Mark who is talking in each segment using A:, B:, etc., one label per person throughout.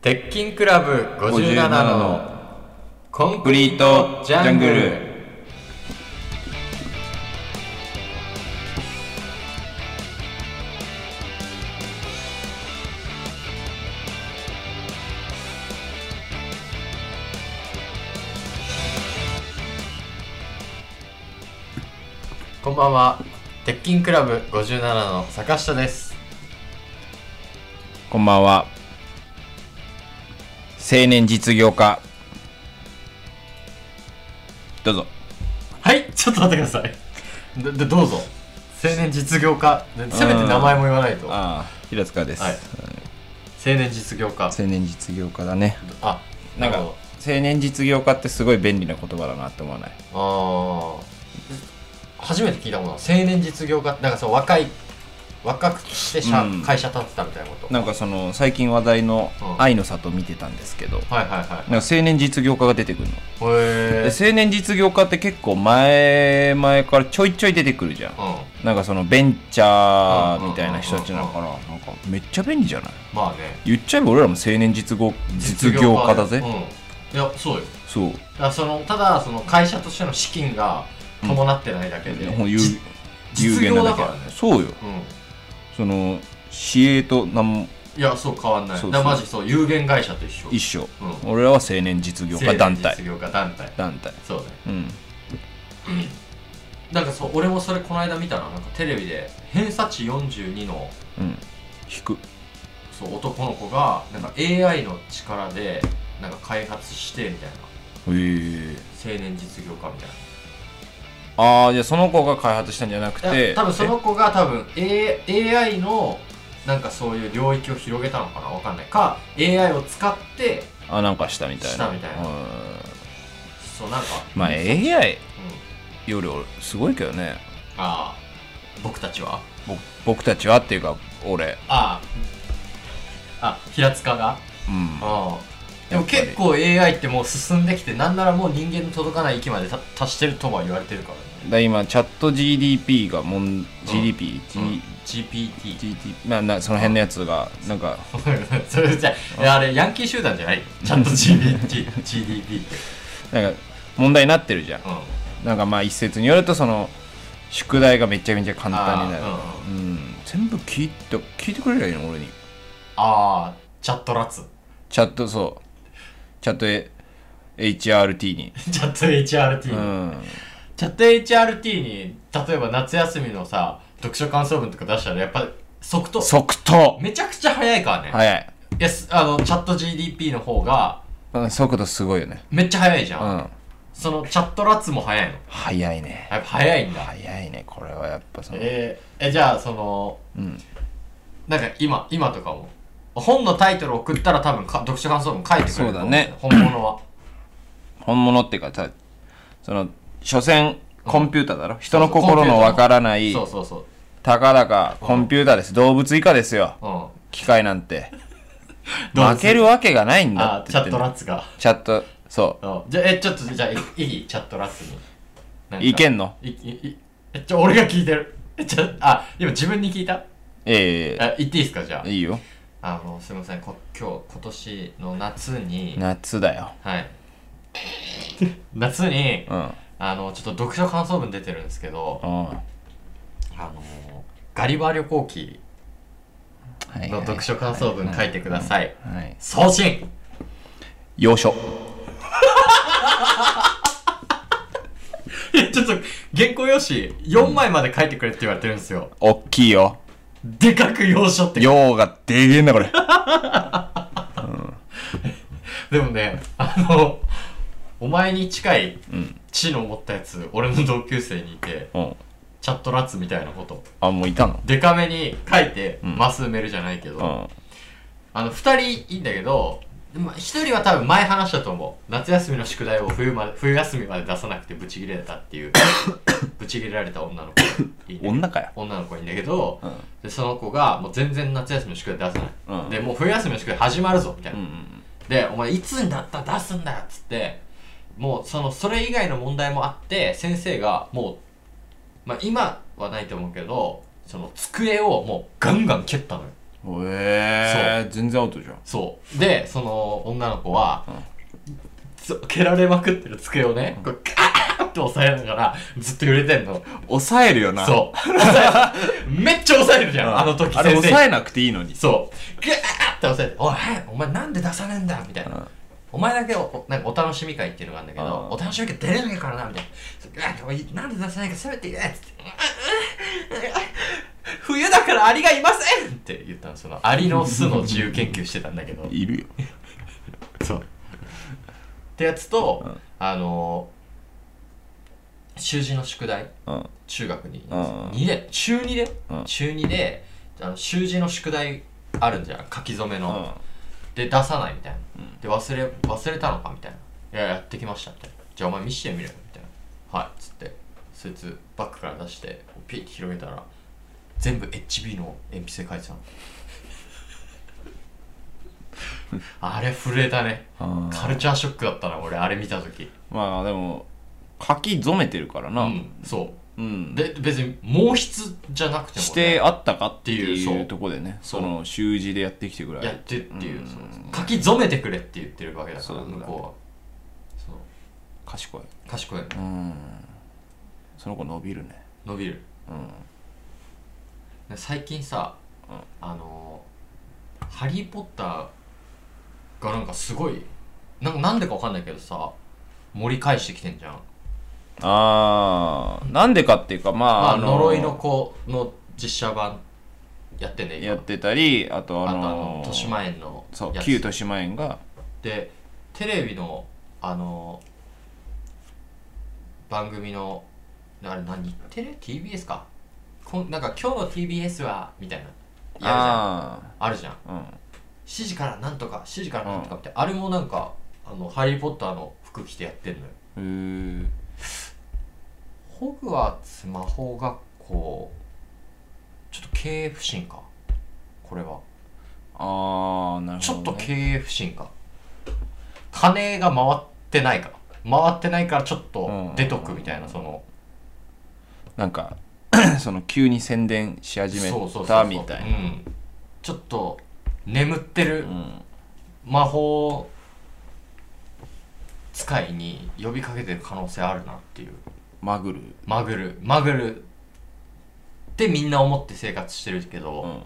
A: 鉄筋クラブ57
B: 57
A: の
B: の
A: コン
B: コンプ
A: プリ
B: リー
A: ート
B: ト
A: ジ
B: ジ
A: ャ
B: ャ
A: ン
B: ン
A: グ
B: グ
A: ル
B: ル
A: こんばんは鉄筋クラブ57の坂下です
B: こんばんは青年実業家どうぞ
A: はいちょっと待ってくださいででどうぞ青年実業家ねせめて名前も言わないと青
B: ああ平塚です、
A: はい年実業家
B: 青年実業家だね
A: あ
B: なんか
A: る
B: 青
A: ほ
B: 年実業家ってすごい便利な言葉だなって思わない
A: どあー初めて聞いたもの青年実業家ってなんかその若い若くして社、
B: うん
A: 会社立ってたみたいなこと
B: なんかその最近話題の
A: う
B: 「
A: ん
B: 愛の里」見てたんですけど、
A: はいはいはい
B: なんか青年実業家が出てくるの、
A: へえ
B: で青年実業家って結構前前からちょいちょい出てくるじゃん、
A: うん
B: なんかそのベンチャーみたいな人たちだ
A: う
B: からなんかめっちゃ便利じゃない
A: まあね
B: 言っちゃえば俺らも青年実業実業家だぜ、
A: うん、いやそうよ
B: そう
A: だからそのただその会社としての資金が伴ってないだけで、
B: ほん有
A: じ実業だからね
B: そ
A: う
B: うよ
A: ん
B: その市営となんも
A: いやそう変わんない
B: そうそう
A: だからマジそう有限会社と一緒
B: 一緒、
A: うん
B: 俺らは青年実業家団体
A: 実業家団体
B: 団体
A: そうね
B: うん
A: なんかそう俺もそれこの間見たななんかテレビで偏差値42の
B: うん引く
A: そう男の子がなんか AI の力でなんか開発してみたいな
B: へえ
A: 青年実業家みたいな
B: ああじゃあその子が開発したんじゃなく
A: いや
B: て
A: 多分その子が多分、A、AI のなんかそういう領域を広げたのかなわかんないか AI を使って
B: えあなんかしたみたいな
A: したみたいな
B: うん
A: そうなんか、
B: まあ AI
A: うん、
B: より俺すごいけどね
A: ああ僕たちは
B: 僕僕たちはっていうか俺
A: あああ平塚が
B: うん
A: ああで
B: やっ
A: も
B: ぱり
A: 結構 AI ってもう進んできてなんならもう人間の届かない域までた達してるとは言われてるからね
B: だ今チャット GDP がもん GDP、G
A: うん GPT
B: GDP まあなその辺のやつがなんか
A: それじゃいやあれヤンキー集団じゃないちゃんと GPT GDP って
B: なんか問題になってるじゃん
A: うん
B: なんかまあ一説によるとその宿題がめちゃめちゃ簡単になる、
A: あー
B: うん全部聞いて聞いてくれりゃいいの俺に
A: ああチャットラツ
B: チャットそうチャット A- HRT に、
A: チャット HRT
B: う
A: に、
B: ん、
A: チャット HRT に例えば夏休みのさ読書感想文とか出したらやっぱ即答
B: 即答
A: めちゃくちゃ早いからね、い、
B: 早い
A: やすあのチャット GDP の方が
B: うん速度すごいよね
A: めっちゃ早いじゃ、
B: うんん
A: そのチャットラツも早いのやっ
B: 早いね
A: ぱ早いんだ
B: 早いねこれはやっぱその
A: えー、えじゃあその
B: うん
A: なんか今今とかも本のタイトル送ったら多分か読書感想文書いてくれると思んだよ本物は
B: 本物っていうかたその所詮コンピューターだろ、人の心のわからない
A: そうそうそう
B: たかだかコンピューターです、動物以下ですよ
A: うん
B: 機械なんて
A: 動物
B: 負けるわけがないんだ
A: あ
B: っ
A: ーチ
B: て言
A: ャッ
B: って
A: ト
B: んの
A: ラツが
B: チャットそ
A: うんじゃあえちょっとじゃあいいいチャットラツになん
B: う
A: か
B: いけんの
A: いいいえちょ俺が聞いてるえちょあ今自分に聞いた
B: ええ
A: あ言っていいですかじゃ
B: いいよ
A: ああのすみませんこ今日今年の夏に
B: 夏だよ
A: はい 夏に
B: うん
A: あのちょっと読書感想文出てるんですけど
B: うんは
A: あのガリバー旅行記
B: いはい
A: の読書感想文書いてください
B: はい
A: 送信
B: 要所
A: いやちょっと原稿用紙4枚まで書いてくれって言われてるんですよ
B: おっきいよ
A: でかく要所って
B: 用がでげえん だこれ
A: でもねあのお前に近い
B: うん
A: 知の持ったやつ俺の同級生にいて
B: うん
A: チャットラッツみたいなこと
B: あもういたの
A: デカめに書いて、
B: ん
A: マス埋めるじゃないけど、
B: うん
A: あの2人いいんだけどまあ一人は多分前話したと思う夏休みの宿題を冬まで冬休みまで出さなくてブチギレたっていう ブチギレられた女の子いいね
B: 女かよ
A: 女の子いいんだけど、
B: うん
A: でその子がもう全然夏休みの宿題出さない、
B: うん
A: でもう冬休みの宿題始まるぞみたいな、
B: うん
A: でお前いつになったら出すんだよっつってもうそのそれ以外の問題もあって先生がもう、まあ、今はないと思うけどその机をもうガンガン蹴ったのよ
B: ええ全然アウトじゃん
A: そうでその女の子は、ず蹴られまくってる机をね、こうカーッと押さえながらずっと揺れてんの
B: 抑えるよな
A: そう押さえめっちゃ押さえるじゃん、あの時
B: あ
A: 先
B: れ
A: 生に
B: 抑えなくていいのに
A: そうガーッて押さえて「おい早くお前なんで出さねえんだ」みたいな、
B: うん
A: お前だけおおなんかお楽しみ会っていうのがあるんだけど、
B: う
A: お
B: ん
A: 楽しみ会出れないからなみたいなそうガーッておい「なんで出さないかせめて言え」っつってうんうんうん「冬だからアリがいません!」って言ったのそのアリの巣の自由研究してたんだけど
B: いるよ
A: そう。ってやつと、
B: うん
A: あのー、習字の宿題、
B: うん
A: 中学に、
B: うん
A: 二で、中2で、
B: うん
A: 中2で、あの習字の宿題あるんじゃん、書き初め
B: う
A: の。
B: ん
A: で、出さないみたいな。で、忘れ、忘れたのかみたいな。いや、やってきましたみたいな。じゃあお前見してみろよみたいな。はい、つって、そいつバッグから出して、ピッて広げたら、全部 HB の鉛筆で書いてた の。あれ震えたね。
B: あー
A: カルチャーショックだったな俺あれ見た時
B: まあでも書き初めてるから
A: う
B: なうん
A: んそう
B: うん
A: で別に毛筆じゃなくても、ね、
B: してあったかって
A: っていう
B: い
A: そう
B: うとこでね
A: そう
B: その習字でやってきてくら
A: やっ
B: い
A: てっていう
B: うん
A: そう書き初めてくれって言ってるわけだか
B: そう
A: ら
B: だね
A: 向こうはそう
B: 賢い
A: 賢いの
B: うんその子伸びるね
A: 伸びる
B: うん
A: で最近さ、
B: うん
A: あのーハリー・ポッター」がなんかすごいなんなんでかわかんないけどさ盛り返してきてんじゃん
B: あーなんでかっていうかま
A: ま
B: あ
A: あ
B: あの
A: 呪いの子の実写版やってんね
B: や
A: 今
B: ってたりあと
A: あと
B: あ
A: あ
B: の
A: の豊島園の
B: そう
A: やつ
B: 旧豊島園が
A: でテレビのあの番組のあれ何テレ TBS かこんなんか今日の TBS はみたいなやるじゃんあ
B: あ
A: るじゃん
B: あうん
A: 7時からなんとか7時からなんとかって、あれもなんかあのハリー・ポッターの服着てやってんのよ
B: へー
A: ホグワーツ魔法学校ちょっと経営不振かこれは
B: ああなる
A: ち
B: ほ
A: ょっ
B: ど、
A: と
B: ね、
A: 経営不振か金が回ってないか回ってないからちょっと出とくみたいなその
B: なんか その急に宣伝し始め
A: そうそうそ
B: た
A: う
B: みたい
A: うん
B: な
A: ちょっと眠ってる
B: うん
A: 魔法使いに呼びかけてる可能性あるなっていう
B: マグル
A: マグルマグルってみんな思って生活してるけど、
B: うん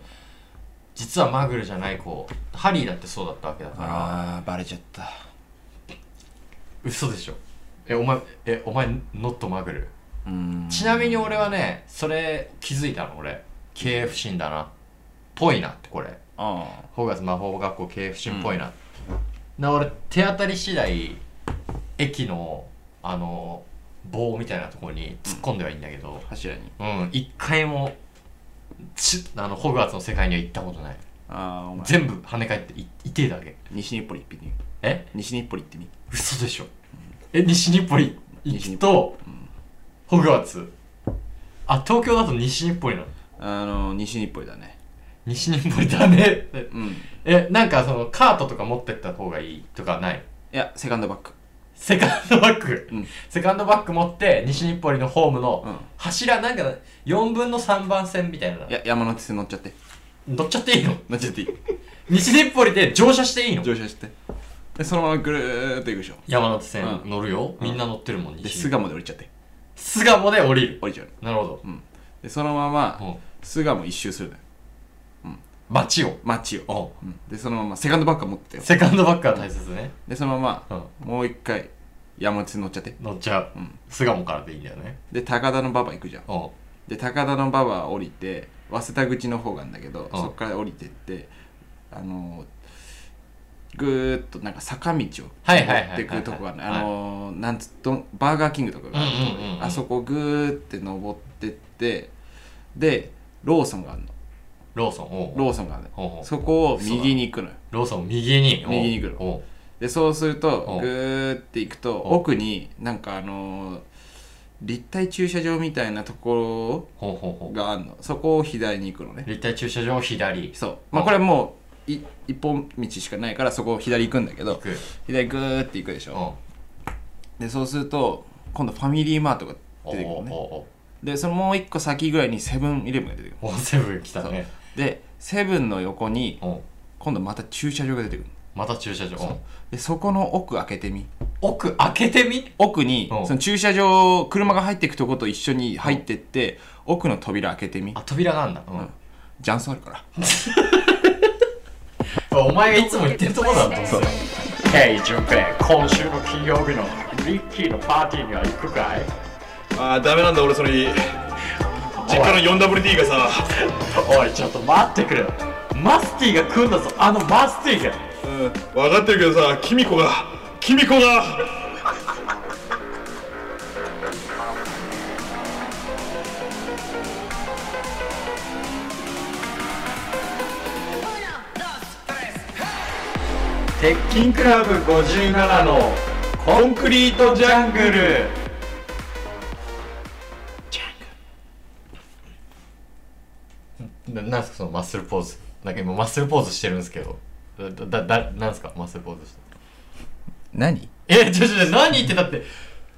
A: 実はマグルじゃない子ハリーだってそうだったわけだから
B: ああバレちゃった
A: 嘘でしょえお前えお前ノットマグル
B: うん
A: ちなみに俺はねそれ気づいたの俺経営不振だなぽいなってこれ
B: あ
A: ホーガス魔法学校経営不振っぽいな、な俺手当たり次第駅のあの棒みたいなところに突っ込んではいいんだけど
B: あ柱に
A: うん一、回もちあのホグワーツの世界には行ったことない
B: ああお前
A: 全部跳ね返ってい痛いだけ
B: 西日暮里行ってみ
A: え
B: 西日暮里行ってみ
A: 嘘でしょえ西日暮里行くと、ホグワーツあ東京だと西日暮里なの
B: あの西日暮里だね
A: 西日暮里だね
B: うんい
A: えなんかそのカートとか持ってった方がいいとかない
B: やセカンドバック
A: セカンドバッグ、
B: うん
A: セカンドバッグ持って西日暮里のホーム
B: う
A: の
B: ん
A: 柱なんか4分の3番線みたいない
B: や山手線乗っちゃって
A: 乗っちゃっていいの
B: 乗っちゃ っていい
A: 西日暮里で乗車していいの
B: 乗車してでそのままぐるーっと行くでしょ
A: 山手線
B: うん
A: 乗るよ、
B: うん
A: みんな乗ってるもん
B: で
A: 西
B: 巣
A: 日
B: 鴨で降りちゃって
A: 巣鴨で降りる
B: 降りちゃうの
A: なるほど、
B: うんでそのまま
A: うん、
B: 巣鴨一周するのよ
A: 街を、
B: 街を
A: う
B: うんでそのままセカンドバックは持ってた
A: ん、
B: よ
A: セカンドバッグは大切ね、
B: でそのま
A: う
B: ま
A: ん、
B: もう一回山手線乗っちゃって
A: 乗っちゃう、
B: うん
A: 巣鴨からでいいんだよね
B: で高田の馬場行くじゃん
A: うん
B: で高田の馬場降りて早稲田口の方があんだけど
A: うん
B: そっから降りてってあのーぐーっとなんか坂道を登
A: はいはいはいはい
B: ってくとこがあるの
A: はい
B: あのーなんつどんバーガーキングとかがあるとこ
A: うんうんうんうん
B: あそこぐーって登ってってでローソンがあるの
A: ローソンおう
B: ローソンがあるの
A: おうおう
B: そこを右に行くのよ
A: ローソン右に
B: 右に行く
A: の
B: でそうする
A: う
B: と
A: ん
B: ぐーって行くと
A: うん
B: 奥になんかあのー立体駐車場みたいなとこ
A: ほうほうほ
B: ろ
A: う
B: があるのそこを左に行くのね
A: 立体駐車場左
B: そうまあこれはもうい一本道しかないからそこを左行くんだけ
A: 行
B: ど
A: くうん
B: 左グーって行くでしょでそうすると今度ファミリーマートが出てくるのね
A: おうおうおう
B: でそのもう一個先ぐらいにセブンイレブンが出てくる
A: おセブン来たね
B: でセブンの横に
A: おう
B: 今度また駐車場が出てくる
A: また駐車場おう
B: でそこの奥開けてみ
A: 奥開けてみ
B: 奥に
A: うん
B: その駐車場車が入っていくとこと一緒に入ってって奥の扉開けてみ
A: あ扉があんだうん、
B: ジャンスあるから
A: お前がいつも言ってるとこだった
B: そう
A: ヘイ純平今週の金曜日のリッキーのパーティーには行くかい
C: あーダメなんだ俺それ実家の 4WD がさ
A: おいちょっと待ってくれマスティが来んだぞあのマスティが
C: うん分かってるけどさキミコがキミコが
A: 鉄筋クラブ57のコンクリートジャングルななんすかそのマッスルポーズなんか今マッスルポーズしてるんですけどだだだなんすかマッスルポーズして
B: 何
A: えちょちょちょ何言ってたって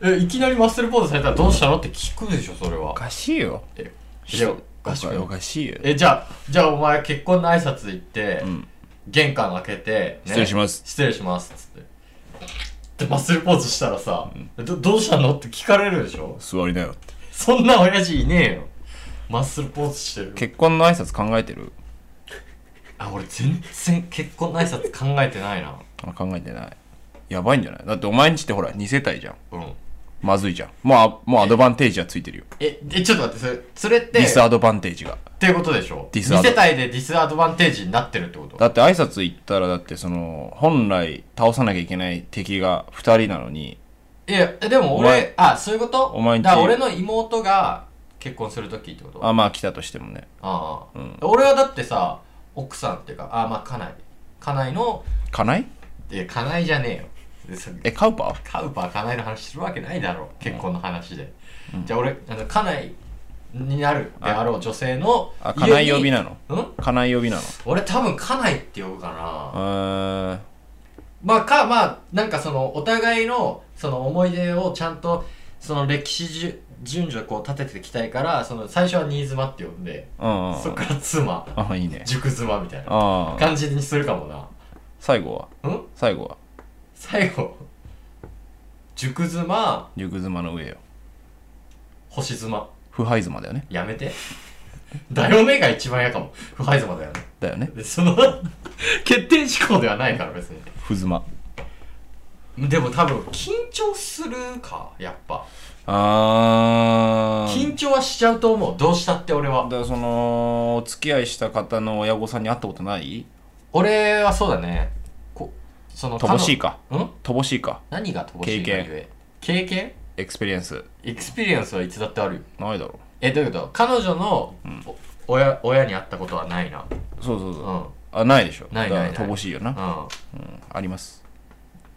A: えいきなりマッスルポーズされたらどうしたのって聞くでしょそれは
B: おかしいよ
A: えい
B: い
A: や
B: や
A: おかしくない
B: おかしいよ
A: えじゃあじゃあお前結婚の挨拶行って、
B: ん
A: 玄関開けて、ね
B: 失礼します
A: 失礼しますっつってでマッスルポーズしたらさ、どどうしたのって聞かれるでしょ
B: 座りなよって
A: そんな親父いねえよマッスルポーズしてる
B: 結婚の挨拶考えてる
A: あ俺全然結婚の挨拶考えてないな
B: あ考えてないやばいんじゃないだってお前んちってほら2世帯じゃん
A: うん
B: まずいじゃんもうあもうアドバンテージはついてるよ
A: ええちょっと待ってそれそれって
B: ディス
A: っ
B: アドバンテージが
A: ていうことでしょ
B: ディスアド
A: 二世帯でディスアドバンテージになってるってこと
B: だって挨拶行ったらだってその本来倒さなきゃいけない敵が2人なのに
A: いやでも
B: お前
A: 俺あそういうこと
B: お前んち
A: だから俺の妹が結婚するときってこと
B: あまあ来たとしてもね
A: ああ、俺はだってさ奥さんっていうかああまあ家内家内の
B: 家内
A: いや家内じゃねえよでそ
B: えカウパー
A: カウパー家内の話するわけないだろ結婚の話で、じゃあ俺あの家内になるであろう女性の
B: あ家内呼びなの
A: のうん
B: 家内呼びなの
A: 俺多分家内って呼ぶかな
B: うーん
A: まあかまあなんかそのお互いのその思い出をちゃんとその歴史順順序こう立てていきたいからその最初は新妻って呼んで
B: うんうん
A: そっから妻
B: あいいね
A: 塾妻みたいな
B: ああ
A: 感じにするかもな
B: 最後は
A: うん
B: 最後は
A: 最後塾妻
B: 熟妻の上よ
A: 星妻
B: 腐敗妻だよね
A: やめて だよねが一番嫌かも腐敗妻だよね
B: だよね
A: でその 決定事項ではないから別に
B: 不妻
A: でも多分緊張するかやっぱ
B: あー
A: 緊張はしちゃうと思うどうしたって俺は
B: だからそのお付き合いした方の親御さんに会ったことない
A: 俺はそうだねこその
B: 乏しいか
A: 彼女ん
B: 乏しいか
A: 何が乏しいか
B: 経験
A: ゆえ経験
B: エクスペリエンス
A: エクスペリエンスはいつだってあるよ
B: ないだろ
A: えどういうこと彼女の、お親親に会ったことはないな
B: そうそうそうう、
A: んうん
B: あないでしょ
A: ないないない
B: だから乏しいよな、あります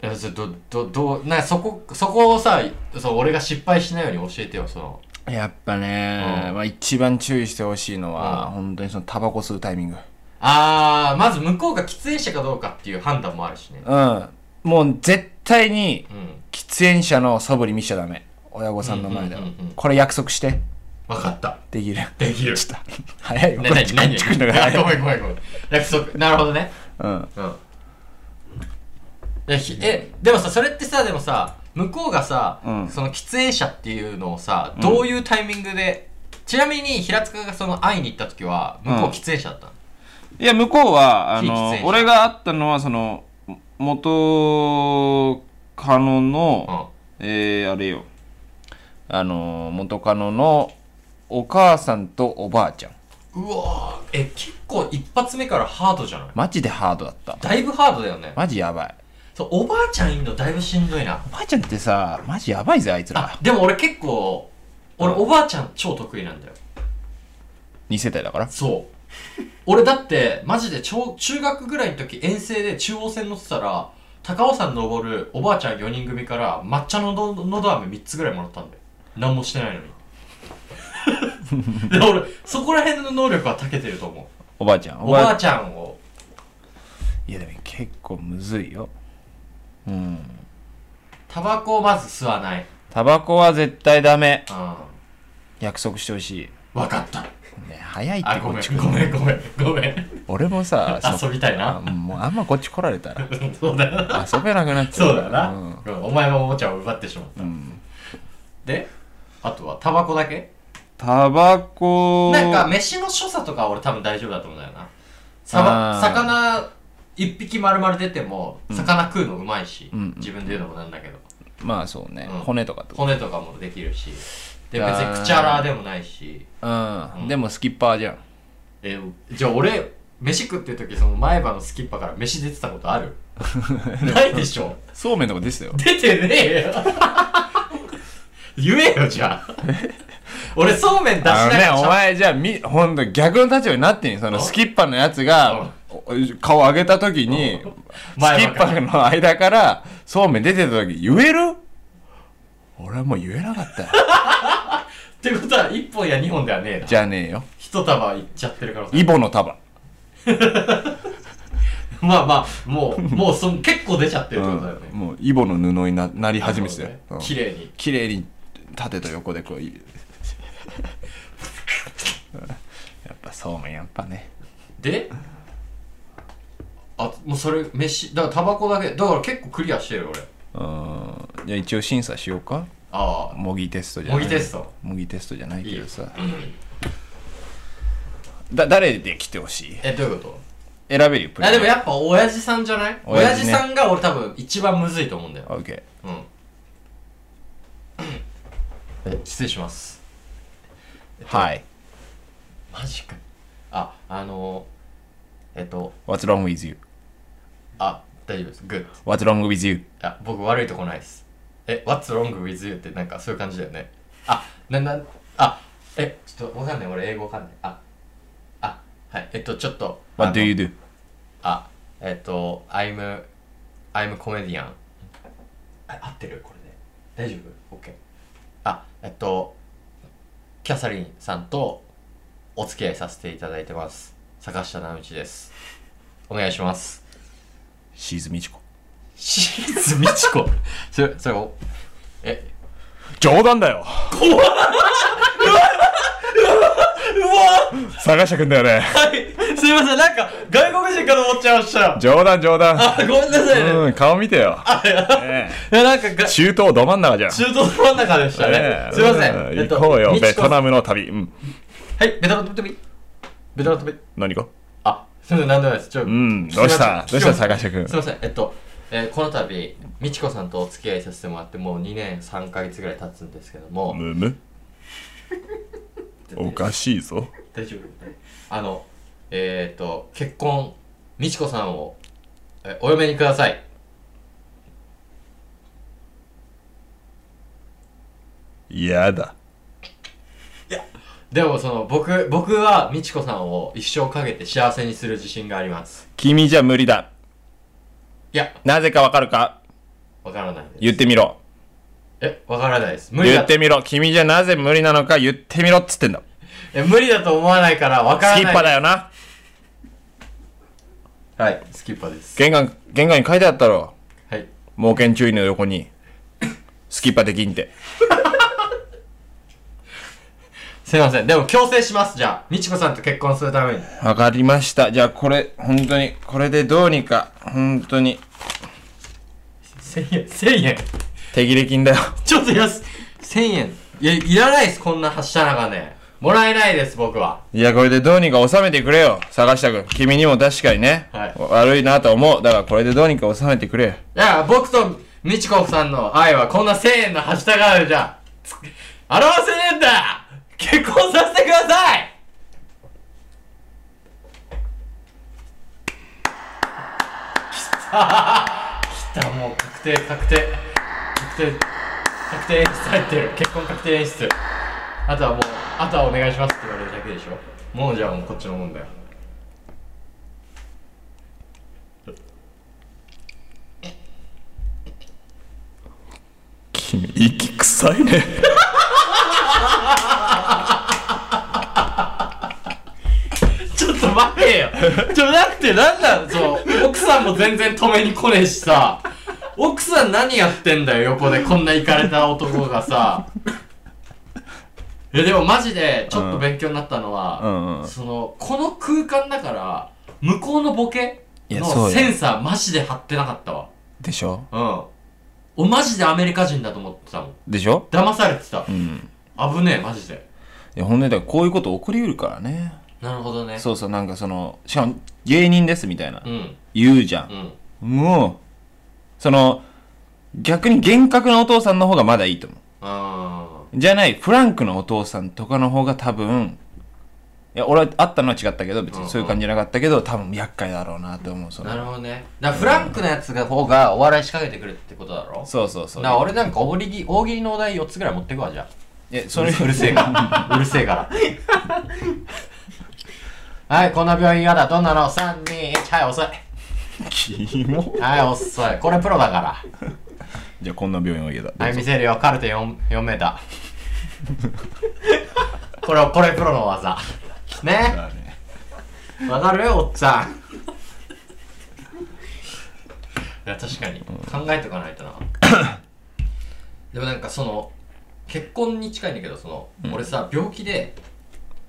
A: えそれどどどなそこそこをさそう俺が失敗しないように教えてよその
B: やっぱね、
A: うん
B: まあ、一番注意してほしいのは、
A: うん
B: 本当にそのタバコ吸うタイミング
A: あーまず向こうが喫煙者かどうかっていう判断もあるしね
B: うんもう絶対に
A: うん
B: 喫煙者の素振り見しちゃダメ親御さんの前では、
A: うんうんうんうん
B: これ約束して
A: 分かった
B: できる
A: できる
B: ちょっと早いよ
A: な何何
B: こっち来るのが
A: あご め
B: 早い
A: んごめんごめん約束なるほどね
B: うん
A: うんえひえでもさそれってさでもさ向こうがさ、
B: うん
A: その喫煙者っていうのをさどういうタイミングで、ちなみに平塚がその会いに行った時は向こう
B: うん
A: 喫煙者だったの、
B: いや向こうはあ
A: 非喫
B: の
A: 煙者
B: 俺が会ったのはそのも元カノの、えー、あれよあの元カノのお母さんとおばあちゃん
A: うん、うわーえ結構一発目からハードじゃない
B: マジでハードだった
A: だいぶハードだよね
B: マジやばい
A: そうおばあちゃんいんのだいぶしんどいな
B: おばあちゃんってさマジやばいぜあいつ
A: あ
B: ら
A: でも俺結構俺おばあちゃん超得意なんだよ
B: 2世帯だから
A: そう俺だってマジで超中学ぐらいの時遠征で中央線乗ってたら高尾山登るおばあちゃん4人組から抹茶のどのど飴3つぐらいもらったんだよ何もしてないのにで俺そこら辺の能力は長けてると思う
B: おばあちゃん
A: おばあちゃんを
B: いやでも結構むずいようん
A: タバコをまず吸わない
B: タバコは絶対ダメ
A: うん
B: 約束してほしい
A: わかった
B: ね早いっ
A: あ
B: て
A: ご
B: こ
A: め
B: っ
A: ん
B: ち
A: ごめんごめんごめん
B: 俺もさ
A: 遊びたいな
B: そもうあんまこっち来られたら
A: そうだよな
B: 遊べなくなっちゃ
A: そううだよな、
B: ん
A: うんお前もおもちゃを奪ってしまった、
B: うん
A: であとはタバコだけ
B: タバコ
A: なんか飯の所作とかは俺多分大丈夫だと思うんだよなさ
B: あ
A: ば
B: ー
A: 魚一匹丸々出ても魚食うのうまいし、
B: うんうん
A: 自分で言うのもなんだけど
B: まあそうね、
A: うん
B: 骨とかってこと
A: 骨とかもできるしで
B: い
A: 別
B: やー
A: に口荒でもないし
B: うん、
A: うん
B: でもスキッパーじゃん
A: えじゃあ俺飯食ってる時その前歯のスキッパから飯出てたことあ るないでしょ
B: そうめんとか出てたよ
A: 出てねえよ言えよじゃあ俺そうめん出しなが
B: あのね
A: ら
B: お前じゃあみほんと逆の立場になってんよそのスキッパーのやつがお顔上げた時にスキ
A: 前
B: ッ
A: 歯か
B: パ
A: ら
B: ーの間からそうめん出てた時言える俺はもう言えなかったよ
A: ってことは1本や2本ではねえな
B: じゃねえよ
A: 一束いっちゃってるから
B: イボの束
A: まあまあもうもうそん 結構出ちゃってるってことだよね、
B: うんもうイボの布にななり始めてたよ、
A: ね
B: うん
A: 綺麗に
B: 綺麗に縦と横でこう いやっぱそうめんやっぱね
A: であもうそれ飯だからタバコだけだから結構クリアしてるよ俺
B: うんじゃあ一応審査しようか
A: ああ
B: 模擬テストじゃな
A: 模
B: い
A: 擬テスト
B: 模擬テストじゃない
A: いい
B: け
A: よ
B: どさ
A: うん
B: だ誰で来てほしい
A: えどういうこと
B: 選べるよプ
A: あでも
B: や
A: やっぱ親父さんじゃない
B: 親
A: 親
B: 父
A: 父,、
B: ね
A: さんが俺多分一番むずいと思うんだよ
B: OK
A: うんえ失礼します
B: はい
A: マジかああのー、えっと
B: What's wrong with you?
A: あ大丈夫ですグッ
B: What's wrong with you?
A: あ、僕悪いとこないです。え、What's wrong with you? ってなんかそういう感じだよね。あ、な、な、あ、え、ちょっとわかんない。俺英語わかんない。あ、あ、はい。えっと、ちょっと。
B: What do
A: あの
B: you do?
A: あ、えっと、I'm, I'm comedian. あ、合ってるこれで。大丈夫 ?OK。あ、えっと、キャサリンさんとお付き合いさせていただいてます。坂下直道です。お願いし ます。
B: シーズミチコ
A: シーズミチコ。それ、それを、え、
B: 冗談 だ
A: う
B: よ
A: わ
B: 坂下くんだよね
A: はいすいませんなんか外国人かと思っちゃいました
B: 冗談冗談
A: あごめんなさいね、
B: うん顔見てよ、ね
A: いやなんかが
B: え
A: 中
B: 中東ど真ん中じゃん
A: 東の真ん中でしたね、
B: ねえ
A: すいません、
B: うん行こうよ
A: み
B: ベ
A: ちこ
B: トナムの旅うん
A: はいベトナム飛びベトナム飛び
B: 何か
A: あすいません何でもないですちょ
B: うんどうしたどうした坂下くん
A: すいませんえっと、えーこの度みちこさんとお付き合いさせてもらってもう2年3ヶ月ぐらい経つんですけども、
B: むむおかしいぞ
A: 大丈夫あのえっ、ー、と結婚みちこさんをえお嫁にください
B: 嫌だ
A: でもその僕僕は美智子さんを一生かけて幸せにする自信があります
B: 君じゃ無理だ
A: いや
B: なぜかわかるか
A: わからないです
B: 言ってみろ
A: えわからないです無理
B: 言
A: だ
B: ってみろ君じゃなぜ無理なのか言ってみろっつってんだ
A: え無理だと思わないからわから
B: ス
A: ない
B: キッパだよな
A: はいスキッパです
B: 玄関玄関に書いてあったろ
A: はい
B: 猛犬注意の横にスキッパできんって
A: すいませんでも強制しますじゃあ美智子さんと結婚するために
B: わかりましたじゃあこれ本当にこれでどうにか本当に
A: 1000円1000円
B: 手切れ金だよ
A: ちょっと安1000円いやいらないですこんなはしたながねもらえないです僕はい
B: やこれでどうにか収めてくれよ探したく君にも確かにね、
A: はい
B: 悪いなと思うだからこれでどうにか収めてくれよ
A: だから僕と美智子さんの愛はこんな1000円のはしたがあるじゃつ表せねえんだ結婚させてくださいきたきたもう確定確定確定確定演出入ってる結婚確定演出あとはもうあとはお願いしますって言われるだけでしょもうじゃあもうこっちのもんだよ
B: 君息臭いね
A: ちょっと待て よ。ちょ、だってなんなんそう、奥さんも全然止めに来ねえしさ、奥さん何やってんだよ、横でこんなイカれた男がさ。いやでもマジでちょっと勉強になったのは、
B: うんうん
A: そのこの空間だから向こうのボケ
B: いやそう
A: の
B: よ
A: センサーマジで張ってなかったわ
B: でしょ
A: うんおマジでアメリカ人だと思ってたもん
B: でしょ
A: 騙されてた
B: うん
A: 危ねえマジで
B: いや本当にだからこういうこと起こりうるからね
A: なるほどね
B: そうそうなんかそのしかも芸人ですみたいな、
A: うん
B: 言うじゃ、
A: うんん
B: もうその逆に厳格なお父さんの方がまだいいと思う
A: あ
B: じゃないフランクのお父さんとかの方が多分いや俺は会ったのは違ったけど別にそういう感じじゃなかったけど、多分厄介だろうなと思うそ
A: ー
B: の
A: なるほどねだからフランクなやつが方がお笑い仕掛けてくるってことだろ
B: そうそうそう
A: だから俺なんか大喜利大喜利のお題4つぐらい持ってくわじゃ
B: えそれ
A: あうるせえから うるせえからはいこんな病院嫌だどんなの321はい遅い
B: キモ
A: はい遅いこれプロだか
B: じゃあこんな病院を家だ
A: らはい見せるよカルテ 4, 4メー ターこれこれプロの技ね
B: だね
A: わかるおっちゃ んいや確かに考えとかないと なでもなんかその結婚に近いんだけどその、俺さ病気で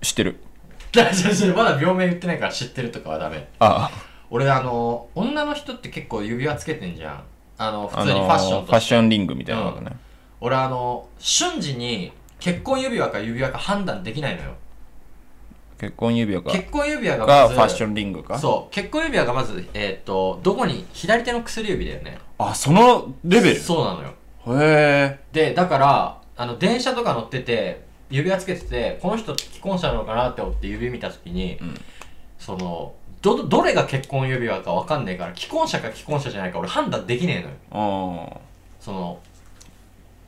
B: 知ってる
A: 大丈夫大丈夫まだ病名言ってないから知ってるとかはダメ
B: ああ
A: 俺あの女の人って結構指輪つけてんじゃんあの普通
B: あ
A: にフ
B: の
A: ァッション
B: ファ
A: と
B: ッ
A: して、
B: ションリングみたいなことね、
A: 俺あの瞬時に結婚指輪か指輪か判断できないのよ
B: 結婚指輪か
A: 結婚指輪がま
B: が
A: ず
B: ファッションリングか
A: そう結婚指輪がまずえーっとどこに左手の薬指だよね
B: あそのレベル
A: そうなのよ
B: へえ
A: でだからあの電車とか乗ってて指輪つけててこの人って既婚者なのかなって思って指見た時に、
B: ん
A: そのどどれが結婚指輪かわかんないから既婚者か既婚者じゃないか俺判断できねえのよ
B: ああ
A: その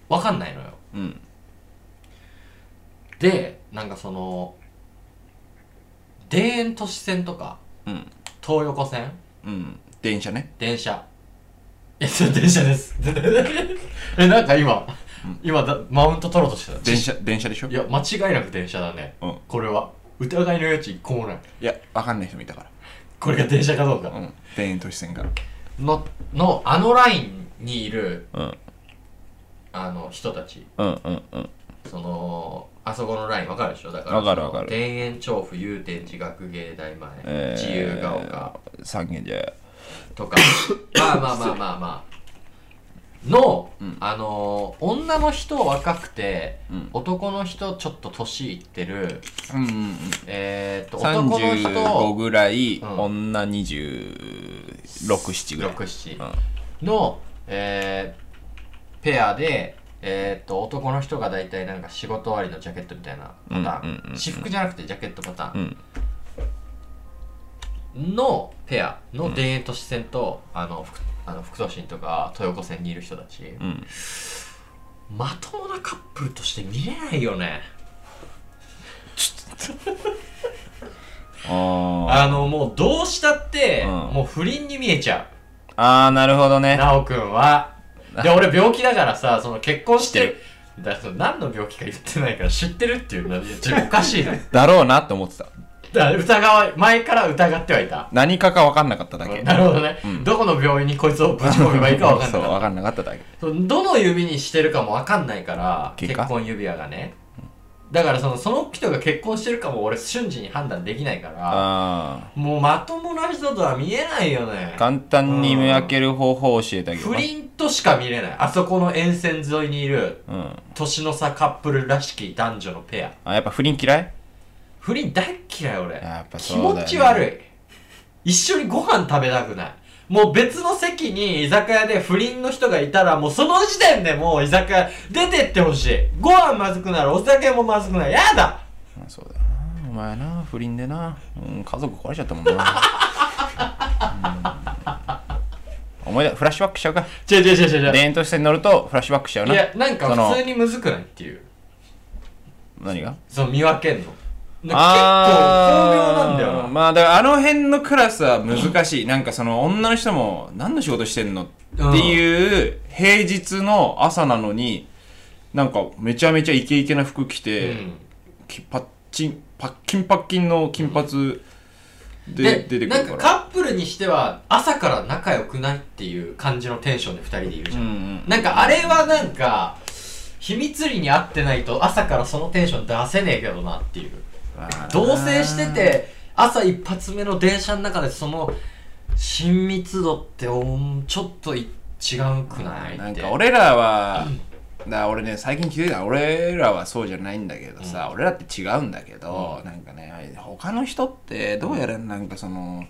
A: わかんないのよ
B: うん
A: でなんかその田園都市線とか
B: うん
A: 東横線
B: うん電車ね
A: 電車えそれ電車です えなんか今、今だマウント取ろうとしてた
B: 電車電車でしょ
A: いや間違いなく電車だね、
B: うん
A: これは疑いの余地一個もない
B: いやわかんない人もいたか
A: これが電車かどう
B: ら
A: か
B: うん田園都市線が
A: ののあのラインにいる
B: うん
A: あの人たち
B: うんうんうん
A: そのあそこのラインわかるでしょだから
B: わかるわかる
A: 田園調布祐天寺学芸大前、
B: えー
A: 自由が丘
B: 三軒茶屋
A: と かまあまあまあまあまあの、あのー女の人若くて、
B: うん
A: 男の人ちょっと年いってる
B: うんうんうん
A: えー、っと男の
B: 35
A: 人
B: ぐらい、
A: うん
B: 女267ぐらい
A: 67の、えーペアで、えーっと男の人が大体なんか仕事終わりのジャケットみたいなパターン、
B: うんうんうんうん
A: 私服じゃなくてジャケットパターン
B: う、ん
A: のペアの田園都市線と、あのふくあの副都心とか豊子線にいる人たち、
B: ん
A: まともなカップルとして見れないよね
B: あ
A: あのもうどうしたって、
B: うん
A: もう不倫に見えちゃ
B: ーあーなるほど
A: う
B: ね
A: 奈くんはで俺病気だからさその結婚して
B: 知っ
A: だからその何の病気か言ってないから知ってるっていうのはちょっとおかしいなだか
B: だろうなって思ってた
A: ら疑わ前から疑ってはいた
B: 何かが分かんなかっただけ
A: なるほどね、
B: ん
A: どこの病院にこいつをぶち込めばいいか分かんな
B: そう
A: かった
B: 分かんなかっただけ
A: どの指にしてるかも分かんないから
B: 結
A: 結
B: 果
A: 婚指輪がねだからそのその人が結婚してるかも俺瞬時に判断できないから
B: あ
A: もうまともな人とは見えないよね
B: あ簡単に見分ける方法を教えてあげよう
A: 不
B: か
A: 倫としか見れないあそこの沿線沿いにいる
B: うん
A: 年の差カップルらしき男女のペア
B: あやっぱ不倫嫌い
A: 不倫大っ嫌い俺
B: やっぱそ
A: 気
B: うだよ
A: 持
B: ね
A: ち悪い一緒にご飯食べたくないもう別の席に居酒屋で不倫の人がいたらもうその時点でもう居酒屋出てってほしいご飯まずくなるお酒もまずくなるやだ
B: まあそうだよなお前な不倫でな、うん、家族壊れちゃったも んな、うん、思い出フラッシュバックしちゃうか
A: 違う違う違う違う
B: 田
A: 違
B: 園都市線に乗るとフラッシュバックしちゃう
A: うい
B: な
A: やなんか
B: その
A: 普通にむずくないっていう
B: 何が
A: その見分けんの結構
B: あ
A: 巧妙なんだ
B: ー
A: よな、
B: まあだからあの辺のクラスは 難しいなんかその女の人も何の仕事してんのっていう平日の朝なのになんかめちゃめちゃイケイケな服着
A: う
B: て、
A: ん
B: きパッチンパッキンパッキンの金髪で
A: で
B: 出てくる
A: なん
B: か
A: からカップルにしては朝から仲良くないっていう感じのテンションで2人でいるじゃん
B: うんうん
A: なんかあれはなんか秘密裏に会ってないと朝からそのテンション出せねえけどなっていう
B: あー
A: 同棲してて朝一発目の電車の中でその親密度っておちょっとい違うくないって
B: なんか俺らは、だから俺ね最近気づいた俺らはそうじゃないんだけどさ、俺らって違うんだけど、なんかね他の人ってどうやらなんかその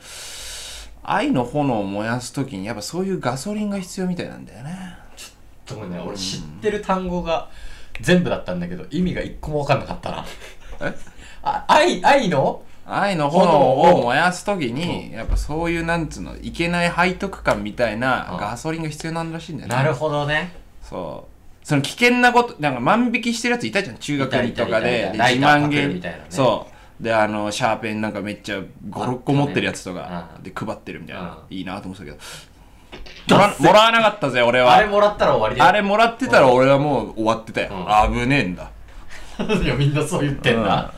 B: 愛の炎を燃やす時にやっぱそういうガソリンが必要みたいなんだよね
A: 特にね俺知ってる単語が全部だったんだけど意味が一個も分かんなかったな
B: え
A: あ愛愛の
B: 愛の炎を燃やす時にやっぱそういうなんつうのいけない背徳感みたいな
A: うん
B: ガソリンが必要なんらしいんだよね
A: なるほどね
B: そうその危険なことなんか万引きしてるやついたじゃん中学
A: いたい
B: に
A: た
B: とか
A: いた
B: で
A: い
B: で
A: たライ
B: 自
A: ター
B: 慢げ
A: パクるみ
B: に
A: たいなね
B: そうであのシャーペンなんかめっちゃ56個持ってるやつとか
A: あった
B: で配ってるみたいな
A: う
B: いいなと思ってたけどもら もらわなかったぜ俺は
A: あれもらったら終わりだよ
B: あれもらってたら俺はもう終わってたよ危ねえんだ
A: いやみんなそう言ってんな、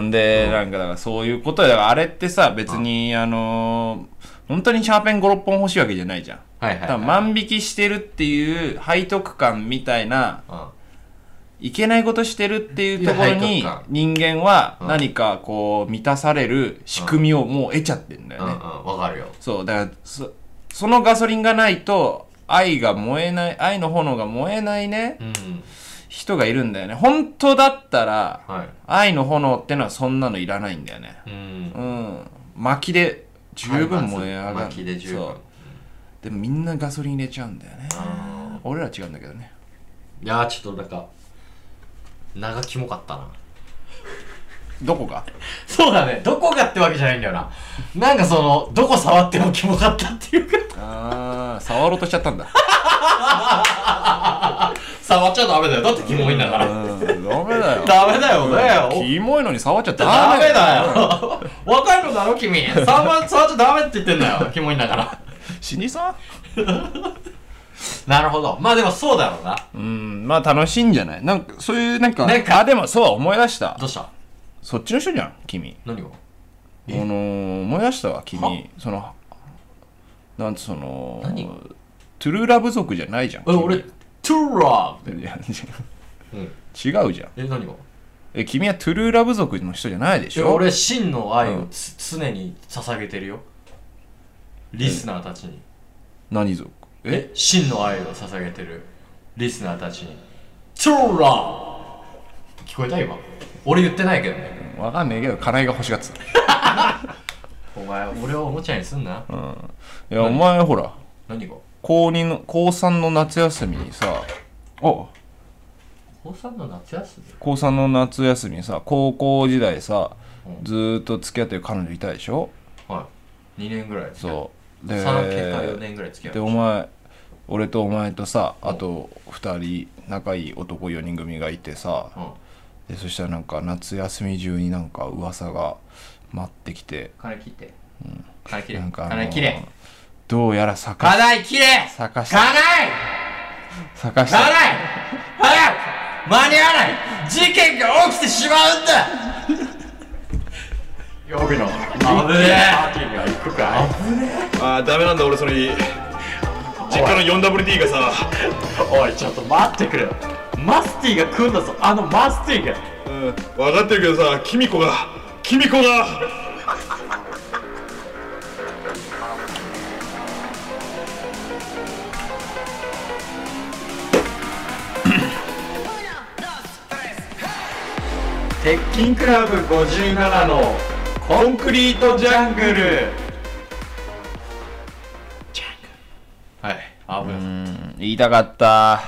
B: んで、なんかだからそういうことだからあれってさ別にあのー本当にシャーペン56本欲しいわけじゃないじゃん
A: はいはい、はい、
B: 多分万引きしてるっていう背徳感みたいな
A: うん
B: いけないことしてるっていうところ
A: い
B: に
A: や背徳感
B: 人間は
A: うん
B: 何かこう満たされる仕組みをもう得ちゃってんだ
A: う
B: よ
A: んう
B: ね、
A: んわかるよ
B: そうだからそそのガソリンがないと愛が燃えない愛の炎が燃えないね
A: うん
B: 人がいるんだよね本当だったら
A: はい
B: 愛の炎ってのはそんなのいらないんだよね
A: うん
B: うん薪で十分燃え上がる、
A: 巻きで十
B: そう
A: 分
B: でもみんなガソリン入れちゃうんだよね
A: あ
B: 俺らは違うんだけどね
A: ーいやーちょっとなんか長きもかったな
B: どこか
A: そうだねどこがってわけじゃないんだよななんかそのどこ触ってもキモかったっていうか
B: ああ触ろうとしちゃったんだ
A: 触っちゃダメだよだってキモいんだから
B: うんダメだよ
A: ダメだよだよ
B: キモいのに触っちゃダ
A: ダ
B: メ
A: メだよわかるだろ君触触っちゃダメって言ってんだよキモいんだから
B: 死にさ
A: なるほどまあでもそうだろうな
B: うんまあ楽しいんじゃないなんかそういうなんか
A: なんか
B: あでもそう思い出した
A: どうした
B: そっちの人じゃん君
A: 何を
B: あのー思い出したわ
A: は
B: 君そのなんてその
A: 何
B: トゥルーラ部族じゃないじゃん
A: え
B: 君
A: 俺トゥーラ
B: いや
A: ブうん
B: 違うじゃん
A: え何を
B: え君はトゥルーラ部族の人じゃないでし
A: え
B: ょ
A: 俺真の愛
B: う
A: を
B: ん
A: つ、常に捧げてるよリスナーたちに、
B: 何族え
A: え真の愛を捧げてるリスナーたちにトゥーラー聞こえた今俺言ってないけどね
B: わかんねえけど金井が欲しがってた
A: お前俺をおもちゃにすんな、
B: いやお前ほら
A: 何が
B: 高二の高3の夏休みにさお
A: 高3の夏休み
B: 高3の夏休みにさ高校時代さ
A: うん
B: ずーっと付き合ってる彼女いたでしょ
A: はい2年ぐらい
B: そう
A: で
B: で
A: 3年か4年ぐらい付き
B: で
A: 合
B: お
A: う
B: 前俺とお前とさあと2人仲いい男4人組がいてさ
A: うん
B: でそしたらなんか夏休み中になんか噂が待ってきて
A: 金切って、金切れ
B: なんか、あの
A: 金切れ
B: どうやら咲か
A: 金切れ
B: 咲かし
A: 金
B: た咲かし
A: なら
B: た
A: ない早く間に合わない事件が起きてしまうんだ
C: 予備の
A: 危ね
C: ああダメなんだ俺それ実家の 4WD がさ
A: おいちょっと待ってくれよマスティが来んだぞあのマスティが
C: うん分かってるけどさキミコがキミコが
A: 鉄筋クラブ57のコンクリートジャングルはい危ない
B: うん言いたかった